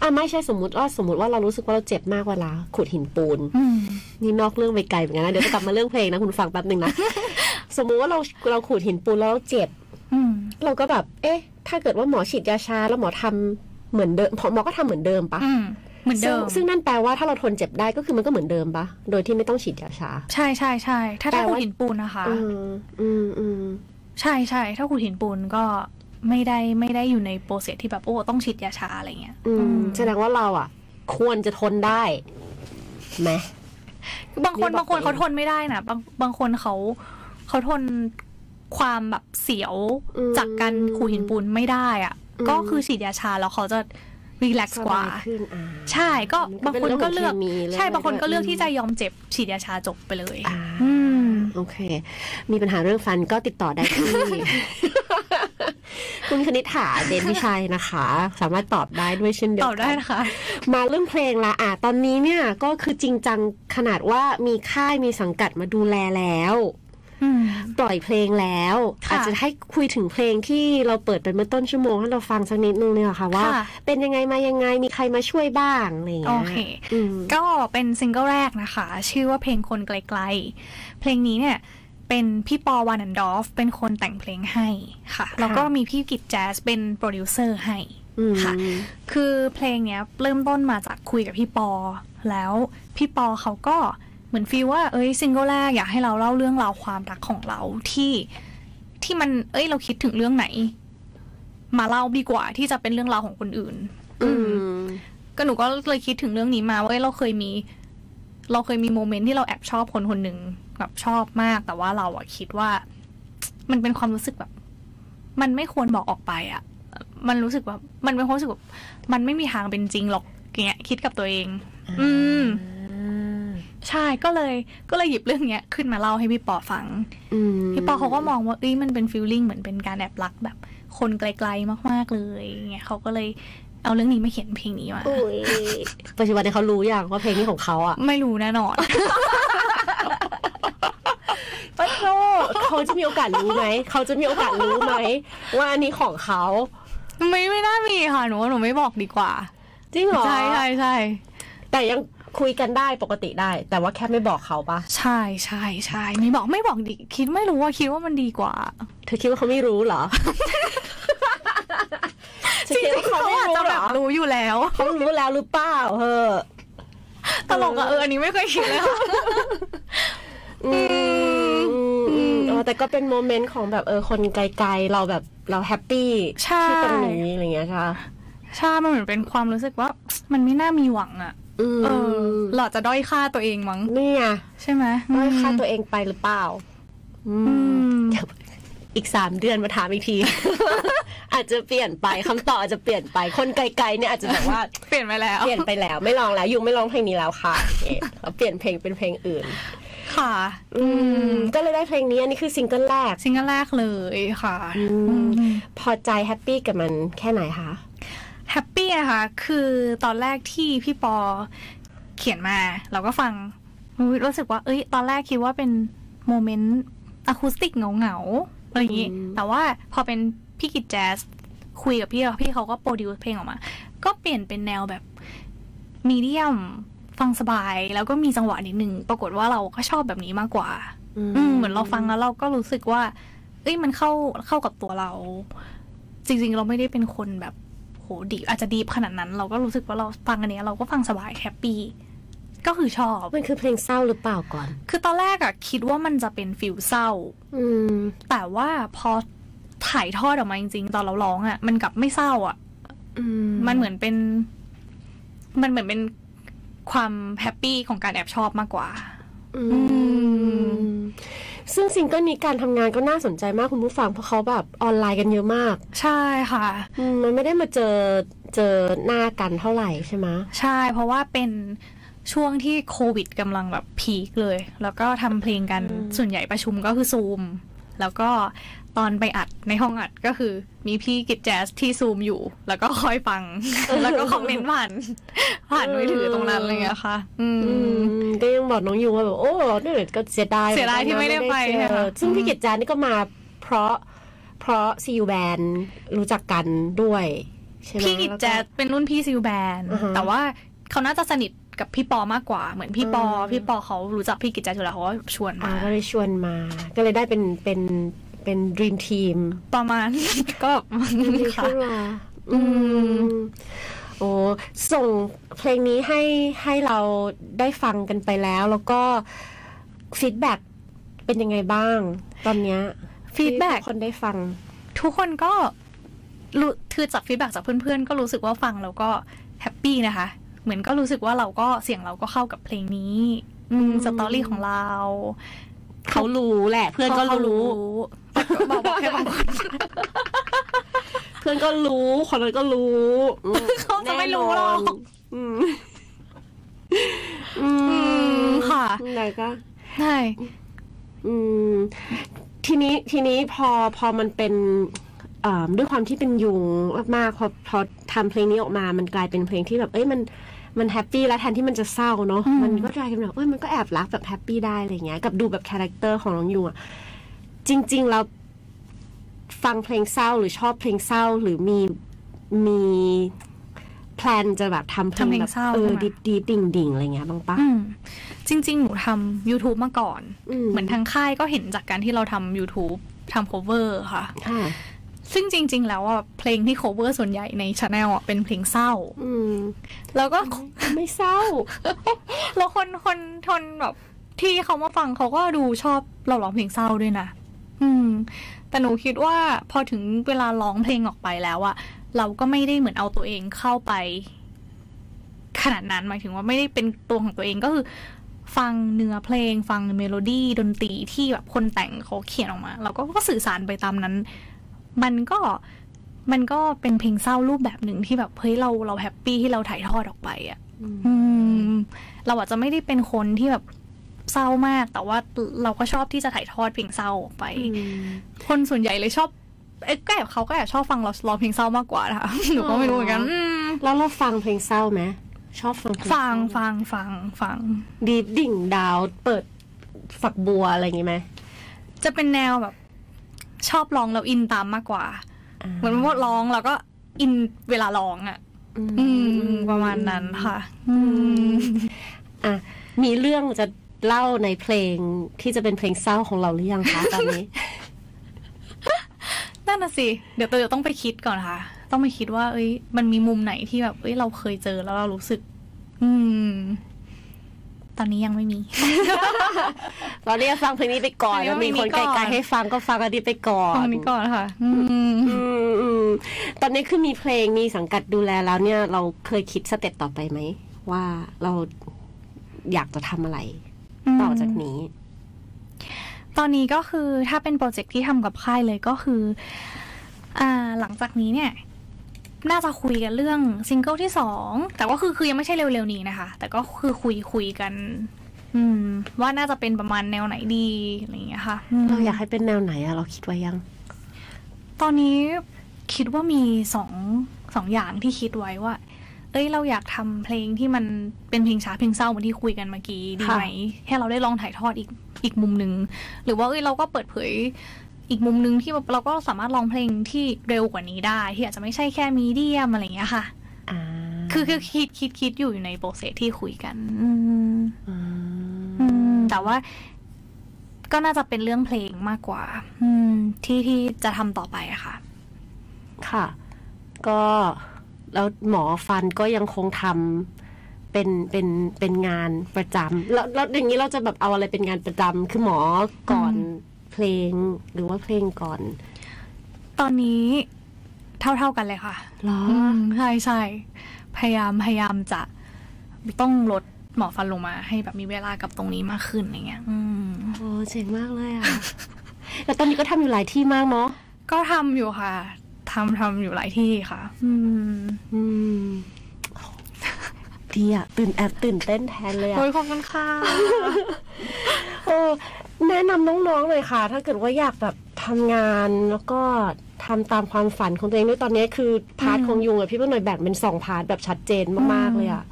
S2: อ่ะไม่ใช่สมมติว่าสมมติว่าเรารู้สึกว่าเราเจ็บมากเวลาขูดหินปูน
S3: อืม
S2: นี่นอกเรื่องไปไกลเหมือนกันนะ เดี๋ยวจะกลับมาเรื่องเพลงนะคุณฟังแป๊บหนึ่ งนะ สมมุติว่าเราเราขูดหินปูนแล้วเราเจ็บ
S3: อืม
S2: เราก็แบบ เอ๊ะ ถ้าเกิดว่าหมอฉีดยาชาแล้วหมอทำเหมือนเดิมหมอก็ทำเหมือนเดิมปะ
S3: อืม เหมือนเดิม
S2: ซึ่งซึ่งนั่นแปลว่าถ้าเราทนเจ็บได้ก็คือมันก็เหมือนเดิมปะโดยที่ไม่ต้องฉีดยาชา
S3: ใช่ใช่ใช่ถ้า
S2: แต่
S3: ถ้า
S2: ว่า
S3: ขูดหินปูนนะคะ
S2: อืมอืมอืม
S3: ใช่ใช่ถ้าขูดหินปูนก็ไม่ได้ไม่ได้อยู่ในโปรเซสที่แบบโอ้ต้องฉีดยาชาอะไรเงี้ย
S2: อื
S3: อื
S2: ม
S3: ม
S2: แสดงว่าเราอ่ะ ควรจะทนได้ไหม
S3: บางคน
S2: นี่บอก
S3: บางคน
S2: ตัวเอง
S3: เขาทนไม่ได้นะบางบางคนเขาเขาทนความแบบเสียว
S2: อืม
S3: จากการขูดหินปูนไม่ได้อะ
S2: อืม
S3: ก็คือฉีดยาชาแล้วเขาจะรีแลก
S2: ส
S3: ซ์กว่า
S2: บายขึ้นอ่า
S3: ใช่ก็
S2: มันก็
S3: บางคนก็เลือก
S2: เป็นเรื่องของเคมีเรื่อง
S3: ใช่บางคนก็เลือก
S2: อะไรด้วย
S3: ที่จะยอมเจ็บฉีดยาชาจบไปเลย
S2: อ่า
S3: อืม
S2: โอเค มีปัญหาเรื่องฟันก็ติดต่อได้ท ี่ คุณคณิษฐาเดนพิชัยนะคะ สามารถตอบได้ด้วยเช่นเดียว
S3: ต
S2: กั
S3: อบได้นะคะ
S2: มาเรื่องเพลงละอ่ะ ตอนนี้เนี่ยก็คือจริงจังขนาดว่ามีค่ายมีสังกัดมาดูแลแล้ว
S3: อืม
S2: ปล่อยเพลงแล้ว
S3: ค่ะ
S2: อาจจะให้คุยถึงเพลงที่เราเปิดเป็นเมื่อต้นชั่วโมงให้เราฟังสักนิดนึงเนี่ยค่ะว่า
S3: ค่ะ
S2: เป็นยังไงมายังไงมีใครมาช่วยบ้างอะไรอย่าง
S3: โอ
S2: เงี้ย
S3: เค
S2: อืม
S3: ก็เป็นซิงเกิลแรกนะคะ ชื่อว่าเพลงคนไกลๆ เพลงนี้เนี่ย เป็นพี่ปอวานันดอฟ เป็นคนแต่งเพลงให้ค่ะ แล้วก็มีพี่กิจแจ๊สเป็นโปรดิวเซอร์ให้
S2: อืม
S3: ค่ะ คือเพลงเนี้ยเริ่มต้นมาจากคุยกับพี่ปอ แล้วพี่ปอเขาก็เหมือนฟีลว่าเอ้ยซิงเกิลแรกอยากให้เราเล่าเรื่องราวความรักของเราที่ที่มันเอ้ยเราคิดถึงเรื่องไหน มาเล่าดีกว่าที่จะเป็นเรื่องราวของคนอื่น
S2: อืม
S3: ก็หนูก็เลยคิดถึงเรื่องนี้มาว่าเอ้ยเราเคยมี เราเคยมีโมเมนต์ที่เราแอบชอบคนคนหนึ่งแบบชอบมาก แต่ว่าเราอะคิดว่า มันเป็นความรู้สึกแบบ มันไม่ควรบอกออกไปอะมันรู้สึกว่ามันเป็นความรู้สึกแบบมันไม่มีทางเป็นจริงหรอกอย่างเงี้ยคิดกับตัวเอง อืม ใช่ก็เลย ก็เลยหยิบเรื่องเนี้ยขึ้นมาเล่าให้พี่ปอฟัง
S2: อืม
S3: พี่ปอเขาก็มองว่าเอ้ยมันเป็นฟีลลิ่งเหมือนเป็นการแอบรักแบบ คนไกลๆมากๆเลยอย่างเงี้ยเขาก็เลยเอาเรื่องนี้มาเขียนเพลงนี้มา
S2: ปัจจุบันเนี่ยเขารู้อย่างว่าเพลงนี้ของเขาอ่ะ
S3: ไม่รู้แน่น อน
S2: ปะโทเขาจะมีโอกาสรู้ไหม เขาจะมีโอกาสรู้ไหม ว่าอันนี้ของเขา
S3: ไม่ไม่น่ามีค่ะหนูว่าหนูไม่บอกดีกว่า
S2: จริงเหรอ
S3: ใช่ใช่ใช่
S2: แต่ยังคุยกันได้ปกติได้ แต่ว่าแค่ไม่บอกเขาปะ
S3: ใช่ใช่ใช่ไม่บอกไม่บอกดีคิดไม่รู้ว่าคิดว่ามันดีกว่า
S2: เธอคิดว่าเขาไม่รู้เหรอเธอคิดว่
S3: เขาอาจจะ
S2: เห
S3: แบ
S2: รอบ
S3: รู้อยู่แล้ว
S2: เขารู้แล้วหรือเปล่าเออ
S3: ตลกอะเอออันนี้ไม่เคยคิด เลยค่ะ
S2: อืมอืมเออแต่ก็เป็นโมเมนต์ของแบบเออคนไกลๆเราแบบเราแฮปปี้
S3: ใช่
S2: ที่ตรงนี้อะไรอย่างเงี้ยใช่ปะ
S3: ใช่มันเหมือนเป็นความรู้สึกว่า มันไม่น่ามีหวังอะ
S2: อืม
S3: เออเราอาจจะด้อยค่าตัวเองมั้ง
S2: นี่ไง
S3: ใช่ไหม
S2: ด้อยค่า
S3: อืม
S2: ตัวเองไปหรือเปล่า อื
S3: อื
S2: ม
S3: ม
S2: อีกสามเดือนมาถามอีก ที อาจจะเปลี่ยนไปคำตอบอาจจะเปลี่ยนไปคนไกลๆเนี่ยอาจจะแบบว่า
S3: เปลี่ยนไปแล้ว
S2: เปลี่ยนไปแล้วไม่ลองแล้วยุงไม่ร้องเพลงนี้แล้วค่ะโอเคเราเปลี่ยนเพลงเป็นเพลงอื่น
S3: ค่ะ
S2: อืม ก็เลยได้เพลงนี้อันนี้คือซิงเกิลแรก
S3: ซิงเกิลแรกเลยค่ะ
S2: อืม
S3: อืม
S2: พอใจแฮปปี้กับมันแค่ไหนคะ
S3: แฮปปี้อะค่ะ คือตอนแรกที่พี่ปอเขียนมา เราก็ฟังรู้สึกว่า เอ้ย ตอนแรกคิดว่าเป็นโมเมนต์อะคูสติกเหงาๆอะไรอย่างนี้ แต่ว่าพอเป็นพี่กิจแจ๊สคุยกับพี่อะพี่เขาก็โปรดิวซ์เพลงออกมา ก็เปลี่ยนเป็นแนวแบบมีเดียมฟังสบาย แล้วก็มีจังหวะนิดนึง ปรากฏว่าเราก็ชอบแบบนี้มากกว่า อืมเหมือนเราฟังแล้วเราก็รู้สึกว่า เอ้ยมันเข้าเข้ากับตัวเรา จริงๆ เราไม่ได้เป็นคนแบบโหดีอาจจะดีขนาดนั้น เราก็รู้สึกว่าเราฟังอันเนี้ยเราก็ฟังสบายแฮปปี้ก็คือชอบ
S2: มันคือเพลงเศร้าหรือเปล่าก่อน
S3: คือตอนแรกอะคิดว่ามันจะเป็นฟิลเศร้า
S2: อืม
S3: แต่ว่าพอถ่ายทอดออกมาจริงๆ ตอนเราร้องอะมันกลับไม่เศร้าอะมันเหมือนเป็น มันเหมือนเป็นความแฮปปี้ของการแอบชอบมากกว่า
S2: อืมซึ่งซิงเกิลนี้การทำงานก็น่าสนใจมากคุณผู้ฟังเพราะเขาแบบออนไลน์กันเยอะมาก
S3: ใช่ค่ะ
S2: อืมมันไม่ได้มาเจอเจอหน้ากันเท่าไหร่ใช่ไหมะ
S3: ใช่ เพราะว่าเป็นช่วงที่โควิดกำลังแบบพีคเลย แล้วก็ทำเพลงกันส่วนใหญ่ประชุมก็คือซูม แล้วก็ตอนไปอัดในห้องอัดก็คือมีพี่กิจแจ๊สที่ซูมอยู่ แล้วก็คอย ฟัง แล้วก็คอมเมนต์ผ่านผ่านมือถือตรงนั้นอะไรอย่างเงี้ยค่ะ อืม
S2: อืมก็ยังบอกน้องยูว่าแบบโอ้เนี่ยก็เสียดาย
S3: เสียดายที่ไม่ได้ไป
S2: เจอ
S3: ค่ะ
S2: ซึ่งพี่กิจจานี่ก็มาเพราะเพราะซีอูแบนรู้จักกันด้วยใช่ไหม
S3: พี่กิจแจ๊สเป็นรุ่นพี่ซิลแบน
S2: อือฮะ
S3: แต่ว่าเขาน่าจะสนิทกับพี่ปอมากกว่า เหมือนพี่ปอ
S2: อืม
S3: พี่ปอเขารู้จักพี่กิจแจ๊สอยู่แล้วเขาก็ชวน
S2: อ่า
S3: มา
S2: ก็เลยชวนมา ก็เลยได้เป็นเป็นเป็นดรีมทีม
S3: ประมาณ ก็ค่ะ อืม
S2: โอ้ส่งเพลงนี้ให้ให้เราได้ฟังกันไปแล้ว แล้วก็ฟีดแบ็กเป็นยังไงบ้าง ตอนเนี้ย
S3: ฟีดแบ็ก
S2: ที่ทุคนได้ฟัง
S3: ทุกคนก็รู้คือจากฟีดแบ็จากเพื่อนๆ ก็รู้สึกว่าฟังแล้วก็แฮปปี้นะคะ เหมือนก็รู้สึกว่าเราก็เสียงเราก็เข้ากับเพลงนี้ อื
S2: อื
S3: ม
S2: ม
S3: สตอรี่ของเรา
S1: เขารู้แหละ เพื่อนก็รู้
S3: แต่ก็บอกบอกแค่บางคน
S1: เพื่อนก็รู้ คนนั้นก็รู้อืม
S3: เขาจะไม่รู้หรอก
S1: แน่นนอืม
S2: อื
S3: อืมค่ะ
S1: ไหนก็
S3: ใช่
S2: อืมทีนี้ทีนี้พอพอมันเป็นเอ่อด้วยความที่เป็นยุงมากๆพอพอทำเพลงนี้ออกมา มันกลายเป็นเพลงที่แบบ เอ้ยมันมันแฮปปี้แล้วแทนที่มันจะเศร้าเนาะมันก็กลายเป็นแบบเอ้ยมันก็แอบรักแบบแฮปปี้ได้อะไรเงี้ยกับดูแบบคาแรคเตอร์ของน้องยุงอะจริงๆเราฟังเพลงเศร้าหรือชอบเพลงเศร้าหรือมีมีแพลนจะแบบทำเพลงแบบเออดิบดิบดิ่งดิ่งอะไรเงี้ยบ้างปะ
S3: อืมจริง ๆ หนูทำ YouTube มาก่อน เหมือนทางค่ายก็เห็นจากการที่เราทำ YouTube ทำ cover ค่ะ
S2: ค่ะ
S3: ซึ่งจริง ๆ แล้วอ่ะเพลงที่ cover ส่วนใหญ่ในช anel อ่ะเป็นเพลงเศร้า
S2: อืม
S3: แล้วก็
S2: ไม่เศร้า
S3: แล้วคนคนทนแบบที่เขามาฟังเขาก็ดูชอบเราร้องเพลงเศร้าด้วยนะ อืม แต่หนูคิดว่าพอถึงเวลาร้องเพลงออกไปแล้วอะเราก็ไม่ได้เหมือนเอาตัวเองเข้าไป ขนาดนั้นหมายถึงว่าไม่ได้เป็นตัวของตัวเองก็คือ ฟังเนื้อเพลง ฟังเมโลดี้ดนตรีที่แบบคนแต่งเขาเขียนออกมา เราก็ก็สื่อสารไปตามนั้น มันก็มันก็เป็นเพลงเศร้ารูปแบบหนึ่งที่แบบเฮ้ยเราเราแฮปปี้ที่เราถ่ายทอดออกไปอะ อืมเราอาจจะไม่ได้เป็นคนที่แบบเศร้ามาก แต่ว่าเราก็ชอบที่จะถ่ายทอดเพลงเศร้าออกไป คนส่วนใหญ่เลยชอบเอ้ยก็แบบเขาก็แอบชอบฟังเราร้องเพลงเศร้ามากกว่านะคะ หนูก็ไม่รู้เหมือนกันอืม
S2: แล้วเราฟังเพลงเศร้าไหมชอบฟังเพล
S3: ฟังฟังฟังฟัง
S2: ดีดดิ่งดาว เปิดฝักบัวอะไรอย่างงี้ไหม
S3: จะเป็นแนวแบบ ชอบร้องแล้วอินตามมากกว่า เหมือนว่าร้องแล้วก็อินเวลาร้องอ่ะ อืม ประมาณนั้นค่ะ อืม
S2: อ่ะมีเรื่องจะเล่าในเพลงที่จะเป็นเพลงเศร้าของเราหรือยัง คะตอนนี้
S3: นั่นน่ะสิ เดี๋ยวเตยต้องไปคิดก่อนค่ะ ต้องไปคิดว่า เอ้ย มันมีมุมไหนที่แบบ เอ้ย เราเคยเจอแล้วเรารู้สึก อืม ตอนนี้ยังไม่มี
S2: ตอนนี้ฟังเพลงนี้ไปก่อน
S3: เพลงนี้
S2: แล้วมีคน
S3: ก่
S2: ไก
S3: อน
S2: ลๆให้ฟังก็ฟังอันนี้ไปก่อน
S3: ตอนนี้ก่อนค่ะ อืม
S2: อืมอืมตอนนี้คือมีเพลงมีสังกัดดูแลแล้วเนี่ย เราเคยคิดสเต็ปต่อไปไหมว่าเราอยากจะทำอะไรต่อจากนี้
S3: ต ตอนนี้ก็คือถ้าเป็นโปรเจกต์ที่ทำกับค่ายเลยก็คืออ่าหลังจากนี้เนี่ย น่าจะคุยกันเรื่องซิงเกิลที่สองแต่ก็คือคือยังไม่ใช่เร็วๆนี้นะคะ แต่ก็คือคุยคุยกัน อืม ว่าน่าจะเป็นประมาณแนวไหนดีอะไรอย่างเงี้ยค่ะม
S2: เราอยากให้เป็นแนวไหนอะเราคิดไว้ยัง
S3: ตอนนี้คิดว่ามีสองสองอย่างที่คิดไว้ว่า เอ้ยเราอยากทำเพลงที่มันเป็นเพลงช้าเพลงเศร้าเหมือนที่คุยกันเมื่อกี้ดีไหมให้เราได้ลองถ่ายทอดอีกอีกมุมหนึ่งหรือว่าเอ้ยเราก็เปิดเผยอีกมุมหนึ่งที่แบบเราก็สามารถลองเพลงที่เร็วกว่านี้ได้ ที่อาจจะไม่ใช่แค่มีเดียมอะไรอย่างเงี้ยค่ะ
S2: อ่า
S3: คือคือคิดคิดคิดอยู่อยู่ในโปรเซสที่คุยกัน อืม
S2: อืม
S3: อืมแต่ว่าก็น่าจะเป็นเรื่องเพลงมากกว่า อืมที่ที่จะทำต่อไปอะค่ะ
S2: ค่ะ ก็แล้วหมอฟันก็ยังคงทำเป็นเป็นเป็นงานประจำแล้วแล้วอย่างนี้เราจะแบบเอาอะไรเป็นงานประจำคือหมอก่อนเพลงหรือว่าเพลงก่อน
S3: ตอนนี้เท่าๆกันเลยค่ะ
S2: เหรอ
S3: มใช่ใช่พยายามพยายามจะต้องลดหมอฟันลงมา ให้แบบมีเวลากับตรงนี้มากขึ้นอะไรเงี้ยอืม
S2: โอ้เจ๋งมากเลยอ่ะ แล้วตอนนี้ก็ทำอยู่หลายที่มากเนาะ
S3: ก็ทำอยู่ค่ะทำทำอยู่หลายที่ค่ะ อืม
S2: อื มดีอ่ะ ตื่นแอบตื่นเต้นแทนเลยอ่ะ
S3: โอ้ยขอบคุณค่ะ
S2: เออแนะนำน้องๆเลยค่ะ ถ้าเกิดว่าอยากแบบทำงานแล้วก็ทำตามความฝันของตัวเองด้วยตอนนี้คือพาร์ท
S3: อืม
S2: ของยุงอะพี่เปิ้ลหน่อยแบ่งเป็นสองพาร์ทแบบชัดเจนมากๆเลยอ่ะ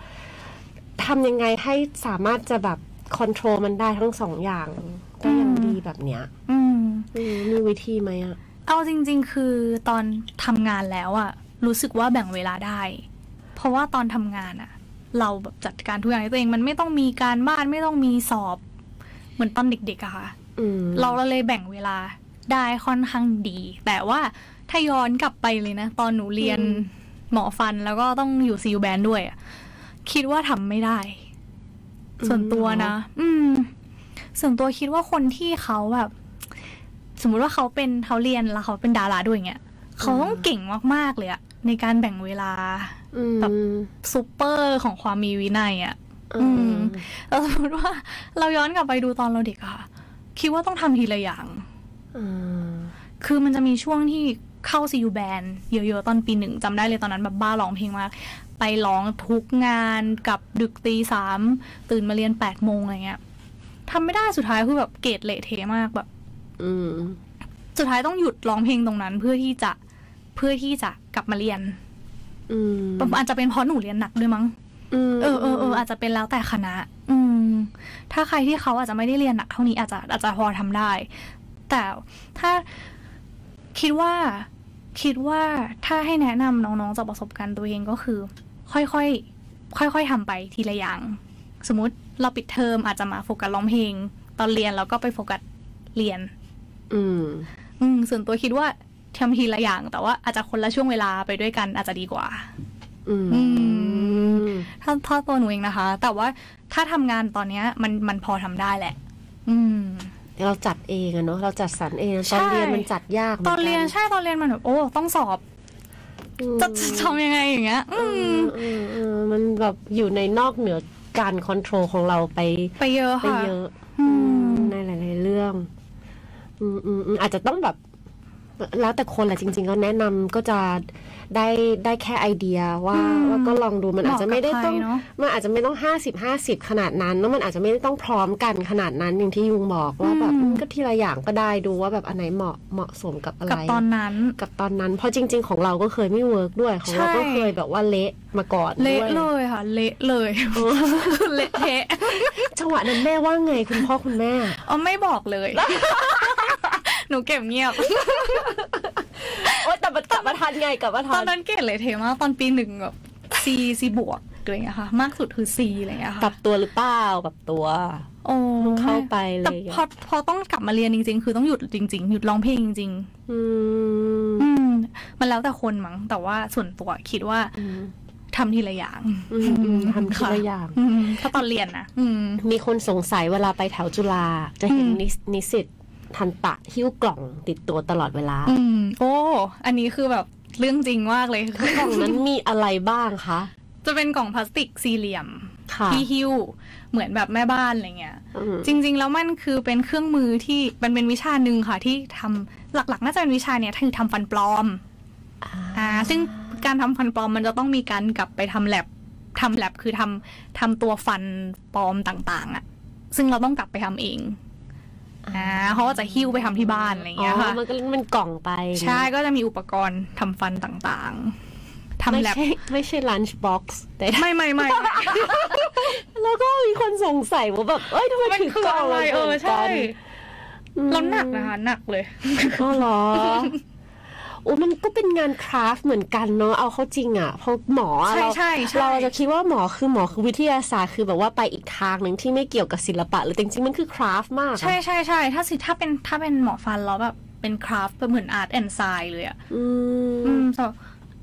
S2: ทำยังไงให้สามารถจะแบบคอนโทรลมันได้ทั้งสองอย่างได้อย่างดีแบบเนี้ย
S3: อืม
S2: อืมมีวิธีไหมอ่ะ
S3: เอาจริง ๆ คือตอนทำงานแล้วอะรู้สึกว่าแบ่งเวลาได้ เพราะว่าตอนทำงานอะเราแบบจัดการทุกอย่างด้วยตัวเองมันไม่ต้องมีการบ้านไม่ต้องมีสอบ เหมือนตอนเด็กๆอะค่ะ
S2: อืม
S3: เราเลยแบ่งเวลาได้ค่อนข้างดี แต่ว่าถ้าย้อนกลับไปเลยนะ ตอนหนูเรียนหมอฟันแล้วก็ต้องอยู่ซีลแบนด้วยอะคิดว่าทำไม่ได้ ส่วนตัวนะ อืม ส่วนตัวคิดว่าคนที่เขาแบบ สมมุติว่าเขาเป็นเขาเรียนแล้วเขาเป็นดาราด้วยอย่างเงี้ยเขาต้องเก่งมากๆเลยอะในการแบ่งเวลา
S2: อืม
S3: ซูเปอร์ของความมีวินัยอะ
S2: อืม
S3: แล้วสมมติว่าเราย้อนกลับไปดูตอนเราเด็กอะค่ะ คิดว่าต้องทำทีละอย่าง
S2: อืม
S3: คือมันจะมีช่วงที่เข้าซีอูแบนเยอะๆ ตอนปีหนึ่งจำได้เลยตอนนั้นแบบบ้าร้องเพลงมาก ไปร้องทุกงานกลับดึกตีสามตื่นมาเรียนแปดโมงอะไรเงี้ยทำไม่ได้สุดท้ายคือแบบเกรดเละเทะมากแบบ
S2: อืม
S3: สุดท้ายต้องหยุดร้องเพลงตรงนั้นเพื่อที่จะเพื่อที่จะกลับมาเรียน
S2: อืม
S3: อาจจะเป็นเพราะหนูเรียนหนักด้วยมั้ง เออเออเอออาจจะเป็นแล้วแต่คณะ อืม ถ้าใครที่เขาอาจจะไม่ได้เรียนหนักเท่านี้อาจจะอาจจะพอทำได้ แต่ถ้าคิดว่า คิดว่าถ้าให้แนะนำน้องๆจากประสบการณ์ตัวเองก็คือ ค่อยๆค่อยๆทำไปทีละอย่าง สมมติเราปิดเทอมอาจจะมาโฟกัสร้องเพลง ตอนเรียนเราก็ไปโฟกัสเรียน
S2: อืม
S3: อืม ส่วนตัวคิดว่าทำทีละอย่าง แต่ว่าอาจจะคนละช่วงเวลาไปด้วยกันอาจจะดีกว่า
S2: อืม
S3: อื
S2: อืม
S3: ถ้าถ้าตัวหนูเองนะคะ แต่ว่าถ้าทำงานตอนเนี้ยมันมันพอทำได้แหละ อืม
S2: เราจัดเองอะเนาะเราจัดสรรเองตอน
S3: ใช่
S2: เรียนมันจัดยากหมื
S3: ต
S2: กั
S3: อนเรียนใช่ตอนเรียนมันแบบโอ้ต้องสอบ
S2: อืม
S3: จะจะทำยังไงอย่างเงี้ย อื
S2: อื
S3: ม
S2: มอืมอืมมันแบบอยู่ในนอกเหนือการคอนโทรลของเราไป
S3: ไปเยอะ
S2: ไป
S3: ค่ะ
S2: เยอะ
S3: อืม
S2: ในหลายๆเรื่องอืมอืมอืมอาจจะต้องแบบ แล้วแต่คนแหละจริง ๆ ก็แนะนำก็จะได้ได้แค่ไอเดียว่า
S3: อืม
S2: ว่าก็ลองดูมันอาจจะไม่ได้ต้อง
S3: เหาะกับใครเนาะ
S2: มันอาจจะไม่ต้องห้าสิบห้าสิบขนาดนั้นแล้วมันอาจจะไม่ได้ต้องพร้อมกันขนาดนั้นอย่างที่ยุงบอกว่าแบบ
S3: อืม
S2: ก็ทีละอย่างก็ได้ดูว่าแบบอันไหนเหมาะเหมาะสมกับอะไร
S3: กับตอนนั้น
S2: กับตอนนั้น เพราะจริง ๆ ของเราก็เคยไม่เวิร์กด้วยของเรา
S3: ใช่
S2: ก็เคยแบบว่าเละมาก่อนด้
S3: เละ
S2: วย
S3: เลยค่ะ เละเลย เละเทะ
S2: จังหวะนั้นแม่ว่าไงคุณพ่อคุณแม่
S3: อ๋อไม่บอกเลย หนูเก็บเงียบ
S2: โอ๊ยแต่มันกลับมาทันไงกลับมา
S3: ต
S2: ทั
S3: อน
S2: น
S3: นั้นเกรดเละเทะมากตอนปีหนึ่งแบบ C C บวกอะไรอย่างเงี้ยค่ะ มากสุดคือ C อะไรอย่างเงี้ยค่ะ
S2: ปรับตัวหรือเปล่าปรับตัว
S3: โอ้
S2: เข้าไปเลย
S3: แต่พอพอต้องกลับมาเรียนจริง ๆ คือต้องหยุดจริง ๆ หยุดร้องเพลงจริง
S2: อืม
S3: ๆ อืม มันแล้วแต่คนมั้งแต่ว่าส่วนตัวคิดว่า
S2: อืม
S3: ทำทีละอย่าง
S2: อืมอืมทำทีละอย่าง
S3: อืมถ้าตอนเรียนนะอืม
S2: มีคนสงสัยเวลาไปแถวจุฬาจะเห็น
S3: อืม
S2: นิสนิสิตทันตะหิ้วกล่องติดตัวตลอดเวลา
S3: อืม โอ้ อันนี้คือแบบเรื่องจริงมากเลยคือก
S2: ล่องนั้นมีอะไรบ้างคะ
S3: จะเป็นกล่องพลาสติกสี่เหลี่ยม
S4: ค่ะ
S3: ที่หิ้วเหมือนแบบแม่บ้านอะไรเงี้ย
S4: อืม
S3: จริง ๆ แล้วมันคือเป็นเครื่องมือที่มันเป็นวิชาหนึ่งค่ะที่ทำหลักๆ น่าจะเป็นวิชาเนี่ยคือทำฟันปลอมอ่าซึ่งการทำฟันปลอมมันจะต้องมีการกลับไปทำแลบทำแลบคือทำทำตัวฟันปลอมต่างๆ อ่ะ ซึ่งเราต้องกลับไปทำเองอ่าเขาก็จะหิ้วไปทำที่บ้านอะไร
S2: อ๋
S3: เงี้ย
S2: อ
S3: ค่ะ
S2: มันก็มันกล่องไป
S3: ใช่ก็จะมีอุปกรณ์ทำฟันต่างๆทำ
S2: ไม่
S3: แลบ
S2: ใช่ไม่ใช่ lunch box แต่
S3: ไม่ไม่ไม่
S2: แล้วก็มีคนสงสัยว่าแบบเอ้ยทำไม
S3: มัน
S2: ถือ
S3: คือก
S2: ล่อง
S3: อะไรเออใช่แล้วหนัก
S2: นะ
S3: นะคะหนักเลย
S2: อ๋อเหรอ โอ้มันก็เป็นงานคราฟต์เหมือนกันเนาะ เอาเข้าจริงอะเพราะหมออะ
S3: ใช่
S2: เรา
S3: ใช่ใช่
S2: เราจะคิดว่าหมอคือหมอคือวิทยาศาสตร์คือแบบว่าไปอีกทางหนึ่งที่ไม่เกี่ยวกับศิลปะเลยแต่จริงๆมันคือคราฟต์มากอะ
S3: ใช่ใช่ใช่ถ้าสิถ้าเป็นถ้าเป็นหมอฟันแล้วแบบเป็นคราฟต์เป็นเหมือนอาร์ตแอนด์ไซเลยอะ
S2: อื
S3: อื
S2: ม
S3: มสำหรับ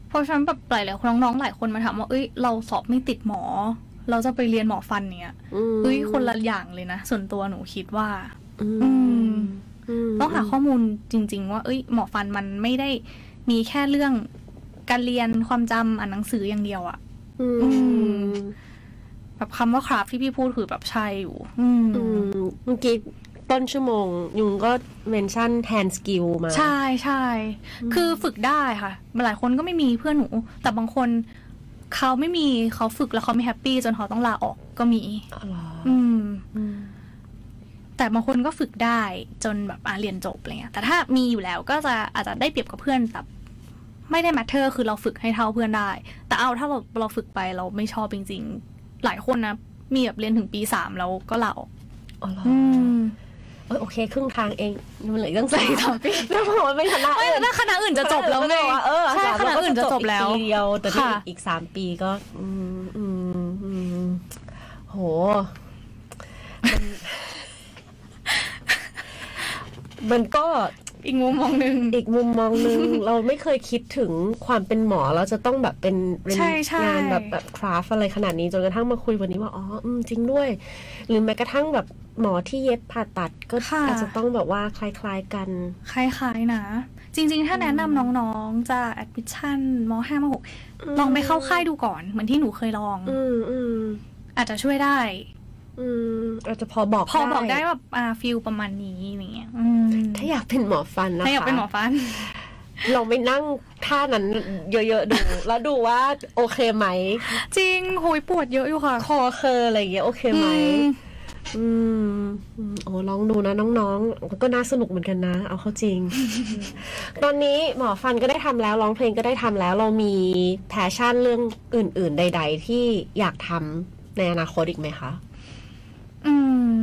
S3: เพราะฉะนั้นแบบหลายๆคนน้องๆหลายคนมาถามว่าเอ้ยเราสอบไม่ติดหมอ เราจะไปเรียนหมอฟันเนี่ย
S2: ม
S3: เอ้ยคนละอย่างเลยนะ ส่วนตัวหนูคิดว่า
S2: อืม
S3: อืม
S2: ม
S3: ต้องหาข้อมูลจริง ๆ ว่าเอ้ยหมอฟันมันไม่ได้มีแค่เรื่องการเรียนความจำอ่านหนังสืออย่างเดียวอะ
S2: อืม
S3: แบบคำว่าคราฟต์ที่พี่พูดคือแบบใช่อยู่ อืม
S2: อืมเมื่อกี้ต้นชั่วโมง ยุงก็เมนชั่นแทนสกิลมา
S3: ใช่ใช่ คือฝึกได้ค่ะ หลายคนก็ไม่มีเพื่อนหนู แต่บางคนเขาไม่มีเขาฝึกแล้วเขาไม่แฮปปี้จนเขาต้องลาออกก็มี อืม แต่บางคนก็ฝึกได้จนแบบอาเรียนจบอะไรเงี้ย แต่ถ้ามีอยู่แล้วก็จะอาจจะได้เปรียบกับเพื่อนแต่ไม่ได้มาเธอคือเราฝึกให้เท่าเพื่อนได้ แต่เอาถ้าเราเราฝึกไปเราไม่ชอบจริง ๆ หลายคนนะมีแบบเรียนถึงปีสามแล้วก็ลาออก
S2: อ๋อเหรอ
S3: อืม
S2: เอ้ยโอเค ครึ่งทางเองมันเหลืออีกตั้งสาม
S3: สามปี
S2: แล้วผมว่าไม่ชนะ
S3: ไม่แต่ถ้าคณะอื่นจะจบแล้วไง
S2: เออ
S3: ใช่คณะอื่นจะจบแล้ว
S2: ปีเดียว แต่นี่
S3: ค่ะ
S2: อีกสามปีก็ อืมอืมอืม โหมันมันก็
S3: อีกมุมมองหนึ่ง
S2: อีกมุมมองหนึ่ง เราไม่เคยคิดถึงความเป็นหมอเราจะต้องแบบเป็นเป็น
S3: ใช่ใช่
S2: งานแบบแบบคราฟอะไรขนาดนี้จนกระทั่งมาคุยวันนี้ว่าอ๋ออืมจริงด้วย หรือแม้กระทั่งแบบหมอที่เย็บผ่าตัดก็
S3: ค่ะ
S2: อาจจะต้องแบบว่าคล้าย ๆกัน
S3: คล้ายๆนะ จริง ๆ ถ้าแนะนำน้องๆ จะแอดมิชชั่นมห้ามหกลองไปเข้าค่ายดูก่อน เหมือนที่หนูเคยลอง
S2: อืมอืม
S3: อาจจะช่วยได้
S2: อืมอาจจะพอบอก
S3: พอบอกได้แบบอ่าฟิลประมาณนี้อย่างเงี้ยอืม
S2: ถ้าอยากเป็นหมอฟันนะคะ
S3: ถ้าอยากเป็นหมอฟัน
S2: ลองไปนั่งท่านั้นเยอะๆดู แล้วดูว่าโอเคไหม
S3: จริงโหยปวดเยอะอยู่ค่ะ
S2: คอเคออะไรอย่างเงี้ยโอเคไหมอื
S3: อืม
S2: มอืมโอ้ลองดูนะน้องๆมันก็น่าสนุกเหมือนกันนะ เอาเข้าจ ริง ตอนนี้หมอฟันก็ได้ทำแล้วร้องเพลงก็ได้ทำแล้ว เรามีแพชชั่นเรื่องอื่น ๆ ใด ๆ ที่อยากทำในอนาคตอีกไหมคะ
S3: อืม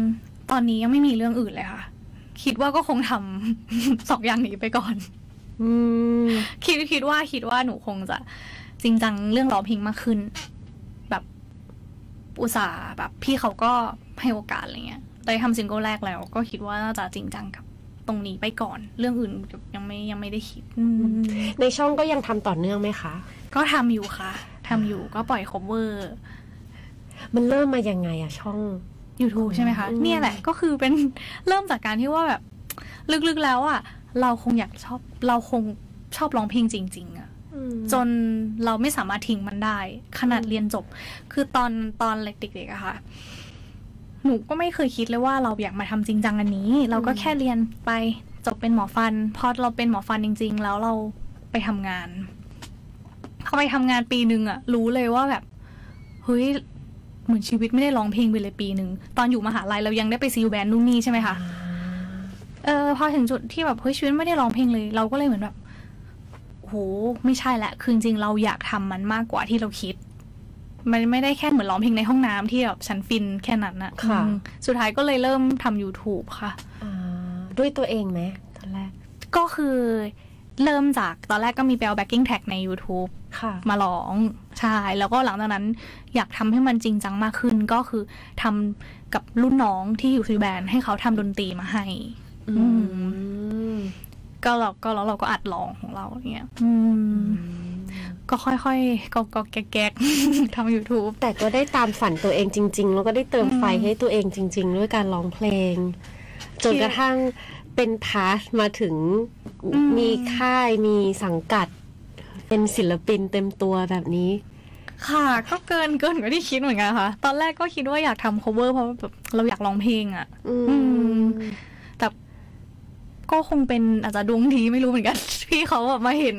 S3: ตอนนี้ยังไม่มีเรื่องอื่นเลยค่ะ คิดว่าก็คงทำ สองอย่างนี้ไปก่อน
S2: อืม
S3: คิดคิดว่าคิดว่าหนูคงจะจริงจังเรื่องร้องเพลงมากขึ้น แบบอุตส่าห์แบบพี่เขาก็ให้โอกาสอะไรเงี้ยได้ทำซิงเกิลแรกแล้ว ก็คิดว่าน่าจะจริงจังกับตรงนี้ไปก่อน เรื่องอื่นยังไม่ยังไม่ได้คิดอืม
S2: ในช่องก็ยังทำต่อเนื่องไหมคะ
S3: ก็ทำอยู่ค่ะทำอยู่ก็ปล่อย cover
S2: มันเริ่มมายังไงอะช่อง
S3: YouTube ใช่ไหมคะ
S2: อืม
S3: เนี่ยแหละก็คือเป็น เริ่มจากการที่ว่าแบบ ลึกๆแล้วอ่ะเราคงอยากชอบเราคงชอบร้องเพลงจริง ๆอ่ะ จนเราไม่สามารถทิ้งมันได้ ขนาดเรียนจบ คือตอนตอนเด็กๆอะค่ะ หนูก็ไม่เคยคิดเลยว่าเราอยากมาทำจริงจังอันนี้ เราก็แค่เรียนไปจบเป็นหมอฟัน พอเราเป็นหมอฟันจริง ๆ แล้วเราไปทำงานพอไปทำงานปีหนึ่งอะรู้เลยว่าแบบเฮ้ยเหมือนชีวิตไม่ได้ร้องเพลงไปเลยปีหนึ่งตอนอยู่มหาลัยเรายังได้ไปซีลแบนด์นู่นนี่ใช่ไหมคะ เออพอถึงจุดที่แบบเฮ้ยชีวิตไม่ได้ร้องเพลงเลย เราก็เลยเหมือนแบบโหไม่ใช่ละคือจริงๆเราอยากทำมันมากกว่าที่เราคิด มันไม่ได้แค่เหมือนร้องเพลงในห้องน้ำที่แบบฉันฟินแค่นั้นนะ
S2: ค่ะ
S3: อืมสุดท้ายก็เลยเริ่มทำ YouTube ค่ะ
S2: อ่าด้วยตัวเองไหมตอนแรก
S3: ก็คือเริ่มจากตอนแรกก็มีแปล backing track ใน YouTube
S2: ค่ะ
S3: มาร้องใช่แล้วก็หลังจากนั้นอยากทำให้มันจริงจังมากขึ้น ก็คือทำกับรุ่นน้องที่อยู่ซีแบนให้เขาทำดนตรีมาให้
S2: อืม
S3: ก็เราก็แล้วเราก็อัดลองของเราอย่างเงี้ยอืม ก็ค่อยๆ ก็ก็แก๊กๆ ทำ YouTube
S2: แต่ก็ได้ตามฝันตัวเองจริง ๆ แล้วก็ได้เติมไฟให้ตัวเองจริง ๆ ด้วยการร้องเพลง จนกระทั่งเป็นพาสมาถึง
S3: อืม
S2: มีค่ายมีสังกัด เป็นศิลปินเต็มตัวแบบนี้
S3: ค่ะ ก็เกินเกินกว่าที่คิดเหมือนกันค่ะ ตอนแรกก็คิดว่าอยากทำ cover เพราะว่าแบบเราอยากร้องเพลงอะ
S2: อื
S3: อื
S2: ม
S3: ม แต่ก็คงเป็นอาจจะดวงดีไม่รู้เหมือนกัน พี่เขาแบบมาเห็น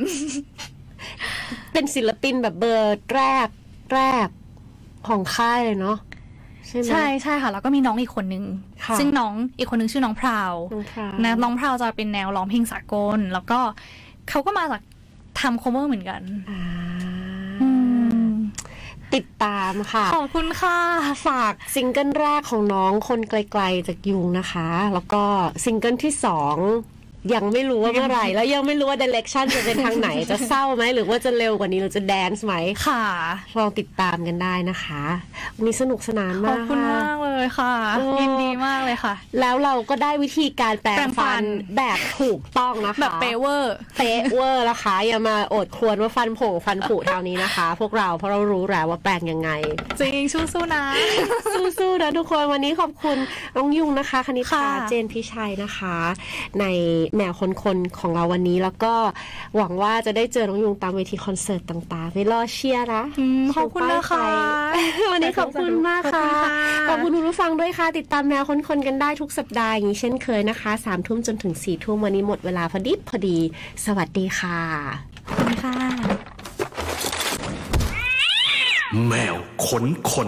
S2: เป็นศิลปินแบบเบอร์แรกแรกของค่ายเลยเนาะใช่ไหม
S3: ใช่ใช่ค่ะ แล้วก็มีน้องอีกคนนึง
S2: ค่ะ
S3: ซึ่งน้องอีกคนนึงชื่อน้องพราว
S2: น้องพราว
S3: นะน้องพราวจะเป็นแนวร้องเพลงสากล แล้วก็เขาก็มาจากทำ cover เหมือนกัน
S2: อ่า
S3: อืม
S2: ติดตามค่ะ
S3: ขอบคุณค่ะ
S2: ฝากซิงเกิลแรกของน้องคนไกลๆจากยุงนะคะ แล้วก็ซิงเกิลที่สองยังไม่รู้ว่าเมื่อ ไหร่ แล้วยังไม่รู้ว่าเดเ c กชันจะเป็นทางไหน จะเศร้าไหม หรือว่าจะเร็วกว่านี้หรือจะแดนซ์ไหม
S3: ค่ะ
S2: ลองติดตามกันได้นะคะวันนี้สนุกสนาน
S3: ข
S2: มา
S3: อบ
S2: ก
S3: คุณมากเลยค่ะ
S2: โอ้
S3: ยินดีมากเลยค่ะ
S2: แล้วเราก็ได้วิธีการแปล
S3: แปรง งฟั
S2: ฟัน
S3: น
S2: แบบถูกต้องนะคะ
S3: แบบเปเวอร์
S2: เป๊ะเวอร์นะคะ อย่ามาโอดครวรว่าฟันโผงฟันผุเท่านี้นะคะ พวกเราเพราะเรารู้แล้วว่าแปลงยังไง
S3: จริงสู้ๆนะ
S2: สู้ๆนะทุกคนวันนี้ขอบคุณน้องยุงนะคะ คณิตา
S3: ค่ะ
S2: เจนพิชัยนะคะ ในแมวคนคนๆของเราวันนี้แล้วก็หวังว่าจะได้เจอน้องยุงตามเวทีคอนเสิร์ตต่างๆไปรอเชียร์นะ
S3: อืมขอบคุณนะคะ
S2: วันนี้ขอบคุณมากค่ะ ข
S3: ข
S2: อ
S3: อ
S2: บบ
S3: คุ
S2: คุณ
S3: ณค่ะ
S2: คุณผู้ฟังด้วยค่ะ ติดตามแมวคนคนๆกันได้ทุกสัปดาห์อย่างนี้เช่นเคยนะคะสามทุ่มจนถึงสี่ทุ่มวันนี้หมดเวลาพอดีพอดี สวัสดีค่ะ
S3: ขอบคุณค่ะ
S5: แมวขนคน